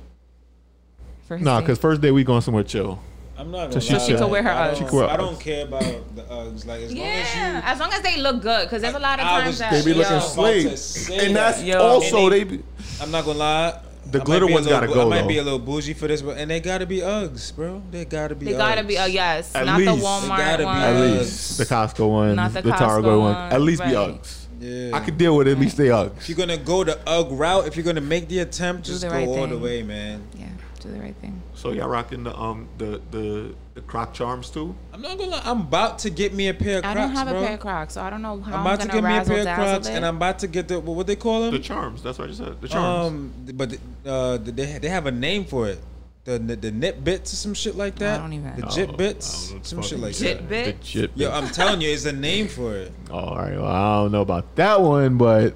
Speaker 1: First
Speaker 2: Nah,
Speaker 1: date.
Speaker 2: because first day we going somewhere chill.
Speaker 5: I'm not
Speaker 2: So
Speaker 5: gonna
Speaker 2: she
Speaker 5: lie.
Speaker 2: She could
Speaker 1: wear her
Speaker 5: I
Speaker 1: Uggs.
Speaker 5: don't-
Speaker 2: She could wear
Speaker 5: I don't
Speaker 2: Uggs.
Speaker 5: care about the Uggs. Like as long as you
Speaker 1: Yeah, as long as they look good, because there's a lot of
Speaker 5: I
Speaker 1: times
Speaker 5: was-
Speaker 1: that
Speaker 2: They be
Speaker 1: yo,
Speaker 2: looking
Speaker 5: about to
Speaker 2: slave,
Speaker 5: say
Speaker 2: and
Speaker 5: that.
Speaker 2: that's
Speaker 1: Yo.
Speaker 2: also
Speaker 5: And
Speaker 2: they.
Speaker 5: they-
Speaker 2: be-
Speaker 5: I'm not gonna lie.
Speaker 2: The
Speaker 5: I might
Speaker 2: glitter
Speaker 5: be a
Speaker 2: one's
Speaker 5: little
Speaker 2: gotta
Speaker 5: bu-
Speaker 2: go,
Speaker 5: I might
Speaker 2: though.
Speaker 5: be a little bougie for this, but and they gotta be Uggs, bro. They gotta be.
Speaker 1: they gotta
Speaker 5: Uggs.
Speaker 1: be a yes,
Speaker 2: At
Speaker 1: not
Speaker 2: least.
Speaker 1: the
Speaker 2: They
Speaker 1: Walmart
Speaker 5: gotta be
Speaker 1: one.
Speaker 5: at
Speaker 2: At
Speaker 5: Uggs.
Speaker 2: least the Costco one,
Speaker 1: Not the
Speaker 2: the, Target
Speaker 1: Costco
Speaker 2: one.
Speaker 1: one,
Speaker 2: At least be
Speaker 1: right.
Speaker 2: Uggs.
Speaker 5: Yeah.
Speaker 2: I could deal with it, at least they Uggs.
Speaker 5: If you're gonna go the Ugg route, if you're gonna make the attempt, just
Speaker 1: the
Speaker 5: go
Speaker 1: right
Speaker 5: all the
Speaker 1: thing.
Speaker 5: way, man.
Speaker 1: Yeah, do the right thing.
Speaker 2: So y'all rocking the um the the the croc charms too?
Speaker 5: I'm not gonna lie. I'm about to get me a pair of
Speaker 1: I
Speaker 5: Crocs,
Speaker 1: don't have
Speaker 5: bro.
Speaker 1: a pair of Crocs, so I don't know how
Speaker 5: I'm
Speaker 1: I'm,
Speaker 5: about to
Speaker 1: gonna
Speaker 5: get me a
Speaker 1: razzle
Speaker 5: pair of
Speaker 1: dazzle
Speaker 5: Crocs,
Speaker 1: it.
Speaker 5: and I'm about to get the what they call them?
Speaker 2: The charms. That's what I just said. The charms.
Speaker 5: Um, but uh, they they have a name for it. The the, the nit bits or some shit like that.
Speaker 1: don't even-
Speaker 5: The
Speaker 1: Oh,
Speaker 5: um, jit
Speaker 2: I
Speaker 5: bits,
Speaker 2: don't know what the
Speaker 5: some
Speaker 2: fuck
Speaker 5: shit
Speaker 2: it
Speaker 5: like
Speaker 2: is.
Speaker 5: that. um,
Speaker 1: Jit bit.
Speaker 2: The chip.
Speaker 5: Yo, I'm telling you, it's a name for it.
Speaker 2: All right. Well, I don't know about that one, but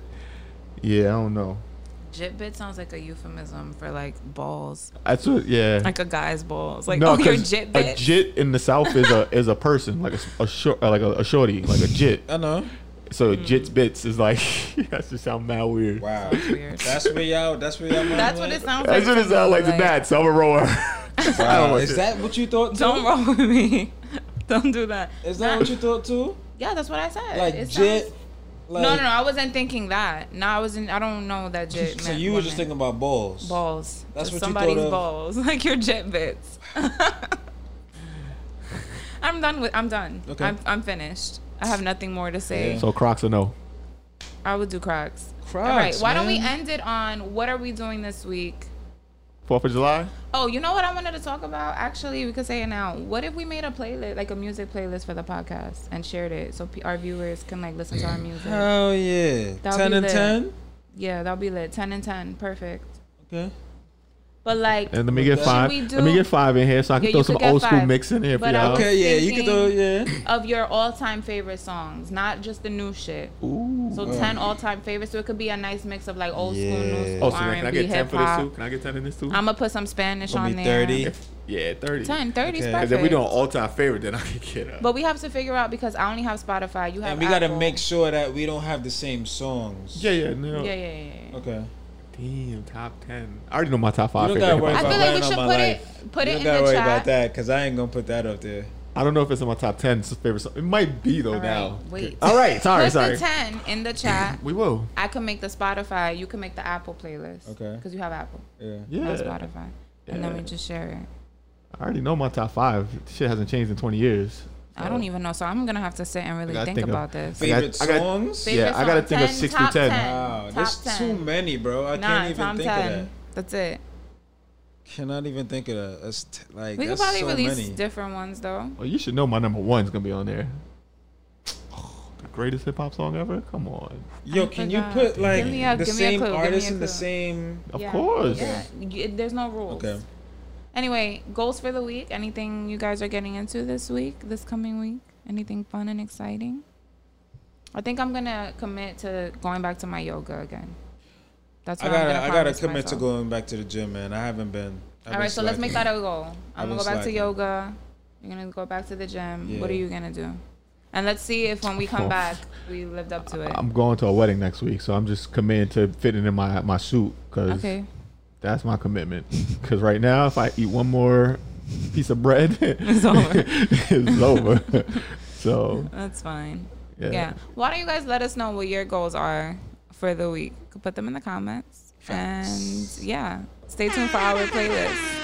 Speaker 2: yeah, I don't know.
Speaker 1: Jit bit sounds like a euphemism for like balls,
Speaker 2: That's what. Yeah.
Speaker 1: like a guy's balls. Like oh, you're
Speaker 2: 'cause
Speaker 1: jit
Speaker 2: a
Speaker 1: bit.
Speaker 2: jit in the south is a is a person like a, s- a short like a, a shorty like a jit.
Speaker 5: I know.
Speaker 2: So jits bits is like that just sound mad weird.
Speaker 5: Mm. Wow,
Speaker 1: Weird.
Speaker 5: that's where y'all. That's where y'all.
Speaker 1: That's what it sounds like.
Speaker 2: That's what it
Speaker 1: to
Speaker 2: sound
Speaker 1: me,
Speaker 2: like to that. So I'm a roller.
Speaker 5: Wow.
Speaker 2: want
Speaker 5: Is
Speaker 2: to-
Speaker 5: that what you thought? Too?
Speaker 1: Don't roll with me. don't do that.
Speaker 5: Is that what you thought too?
Speaker 1: Yeah, that's what I said.
Speaker 5: Like
Speaker 1: It
Speaker 5: jit.
Speaker 1: sounds-
Speaker 5: Like,
Speaker 1: no, no, no. I wasn't thinking that. No, I wasn't. I don't know that jit.
Speaker 5: So
Speaker 1: meant
Speaker 5: you were just
Speaker 1: women.
Speaker 5: thinking about balls.
Speaker 1: balls.
Speaker 5: That's
Speaker 1: Just
Speaker 5: what you
Speaker 1: somebody's
Speaker 5: thought of.
Speaker 1: balls, like your jet bits. I'm done with. I'm done.
Speaker 5: Okay.
Speaker 1: I'm, I'm finished. I have nothing more to say.
Speaker 5: Yeah.
Speaker 2: So Crocs or no?
Speaker 1: I would do Crocs.
Speaker 5: Crocs.
Speaker 1: All right. Why don't we
Speaker 5: man.
Speaker 1: end it on what are we doing this week?
Speaker 2: Fourth of July.
Speaker 1: Oh, you know what I wanted to talk about? Actually, we could say it now. What if we made a playlist, like a music playlist for the podcast, and shared it so p- our viewers can like listen to our music?
Speaker 5: Hell yeah.
Speaker 1: That'll
Speaker 5: ten
Speaker 1: be
Speaker 5: and
Speaker 1: lit.
Speaker 5: ten.
Speaker 1: Yeah, that'll be lit. Ten and ten, perfect.
Speaker 5: Okay.
Speaker 1: But like,
Speaker 2: And let me get five.
Speaker 1: we do-
Speaker 2: Let me get five in here so I can
Speaker 1: Yeah,
Speaker 2: throw
Speaker 1: you
Speaker 2: some
Speaker 1: could get
Speaker 2: old school
Speaker 1: five.
Speaker 2: mix in here for
Speaker 1: But I
Speaker 2: y'all.
Speaker 1: was
Speaker 5: Okay. Yeah. You can do.
Speaker 1: thinking-
Speaker 5: Yeah.
Speaker 1: of your all-time favorite songs, not just the new shit.
Speaker 2: Ooh.
Speaker 1: So ten all-time favorites. So it could be a nice mix of like old school, new
Speaker 5: Yeah.
Speaker 1: school,
Speaker 2: Oh, so
Speaker 1: R
Speaker 2: now can I
Speaker 1: and B,
Speaker 2: get ten
Speaker 1: hip
Speaker 2: for this too?
Speaker 1: hop.
Speaker 2: Can I get ten in this too?
Speaker 1: I'm gonna put some Spanish
Speaker 5: Gonna
Speaker 1: on
Speaker 5: be
Speaker 1: there.
Speaker 5: thirty.
Speaker 2: yeah, thirty.
Speaker 1: 10, 30 is
Speaker 5: Okay.
Speaker 1: perfect.
Speaker 2: Because if we do an all-time favorite, then I can get up.
Speaker 1: but we have to figure out because I only have Spotify. You have.
Speaker 5: And we gotta
Speaker 1: Apple.
Speaker 5: make sure that we don't have the same songs.
Speaker 2: yeah, yeah, no.
Speaker 1: Yeah, yeah, yeah. yeah.
Speaker 5: Okay.
Speaker 2: Damn, top ten. I already know my top
Speaker 5: You
Speaker 2: five
Speaker 5: don't gotta
Speaker 2: favorite.
Speaker 5: worry
Speaker 1: I
Speaker 2: hip-hop
Speaker 5: about
Speaker 1: feel like we
Speaker 2: songs.
Speaker 5: mine on
Speaker 1: should
Speaker 5: my
Speaker 1: put it-
Speaker 5: life.
Speaker 1: put it
Speaker 5: you
Speaker 1: in
Speaker 5: don't gotta
Speaker 1: the
Speaker 5: worry
Speaker 1: chat.
Speaker 5: about that because I ain't gonna put that up there.
Speaker 2: I don't know if it's in my top ten favorite song. It might be though
Speaker 1: All right,
Speaker 2: now.
Speaker 1: wait.
Speaker 2: All right, sorry,
Speaker 1: Put
Speaker 2: sorry.
Speaker 1: the ten in the chat.
Speaker 2: We will.
Speaker 1: I can make the Spotify. You can make the Apple playlist.
Speaker 5: Okay.
Speaker 1: Because you have Apple.
Speaker 5: Yeah.
Speaker 1: I have
Speaker 2: Yeah.
Speaker 1: Spotify. And then we
Speaker 2: Yeah.
Speaker 1: just share it.
Speaker 2: I already know my top five. Shit hasn't changed in twenty years.
Speaker 1: I don't even know, so I'm gonna have to sit and really
Speaker 2: gotta
Speaker 1: think,
Speaker 2: think of-
Speaker 1: about this.
Speaker 2: I got-
Speaker 5: Favorite
Speaker 2: I got-
Speaker 5: songs?
Speaker 1: Favorite
Speaker 2: yeah, I gotta
Speaker 1: song,
Speaker 2: think of
Speaker 1: 10,
Speaker 2: six
Speaker 1: top
Speaker 2: through 10.
Speaker 5: Wow,
Speaker 1: Top
Speaker 5: there's
Speaker 1: 10.
Speaker 5: too many, bro. I
Speaker 1: Nah,
Speaker 5: can't
Speaker 1: top
Speaker 5: even think
Speaker 1: ten.
Speaker 5: of that.
Speaker 1: That's it.
Speaker 5: Cannot even think of that. That's t- like
Speaker 1: We could
Speaker 5: that's
Speaker 1: probably
Speaker 5: so
Speaker 1: release
Speaker 5: many.
Speaker 1: different ones though.
Speaker 2: Well, Oh, you should know my number one's gonna be on there. the greatest hip hop song ever. Come on.
Speaker 5: Yo,
Speaker 1: I
Speaker 5: can you
Speaker 1: forgot.
Speaker 5: put like
Speaker 1: Give me a-
Speaker 5: the
Speaker 1: give me a
Speaker 5: same
Speaker 1: clue, give me
Speaker 5: artist
Speaker 1: a
Speaker 5: and the
Speaker 1: clue.
Speaker 5: same?
Speaker 2: Of
Speaker 1: Yeah,
Speaker 2: course.
Speaker 1: Yeah. You- there's no rules.
Speaker 5: Okay.
Speaker 1: Anyway, goals for the week. Anything you guys are getting into this week, this coming week? Anything fun and exciting? I think I'm gonna commit to going back to my yoga again. That's
Speaker 5: I
Speaker 1: what
Speaker 5: gotta
Speaker 1: I'm gonna
Speaker 5: I gotta
Speaker 1: promise
Speaker 5: commit to
Speaker 1: myself.
Speaker 5: going back to the gym, man. I haven't been. I've
Speaker 1: All
Speaker 5: been
Speaker 1: right, so let's make that
Speaker 5: slacking.
Speaker 1: a goal. I'm
Speaker 5: been
Speaker 1: gonna go back to
Speaker 5: slacking.
Speaker 1: yoga. You're gonna go back to the gym. What are
Speaker 5: Yeah.
Speaker 1: you gonna do? And let's see if when we come
Speaker 2: Oh.
Speaker 1: back, we lived up to it.
Speaker 2: I'm going to a wedding next week, so I'm just committed to fitting in my my suit because
Speaker 1: okay.
Speaker 2: that's my commitment. Because right now, if I eat one more piece of bread, it's
Speaker 1: over.
Speaker 2: it's over. so
Speaker 1: That's fine.
Speaker 2: Yeah.
Speaker 1: Yeah. Why don't you guys let us know what your goals are for the week? Put them in the comments. And yeah, stay tuned for our playlist.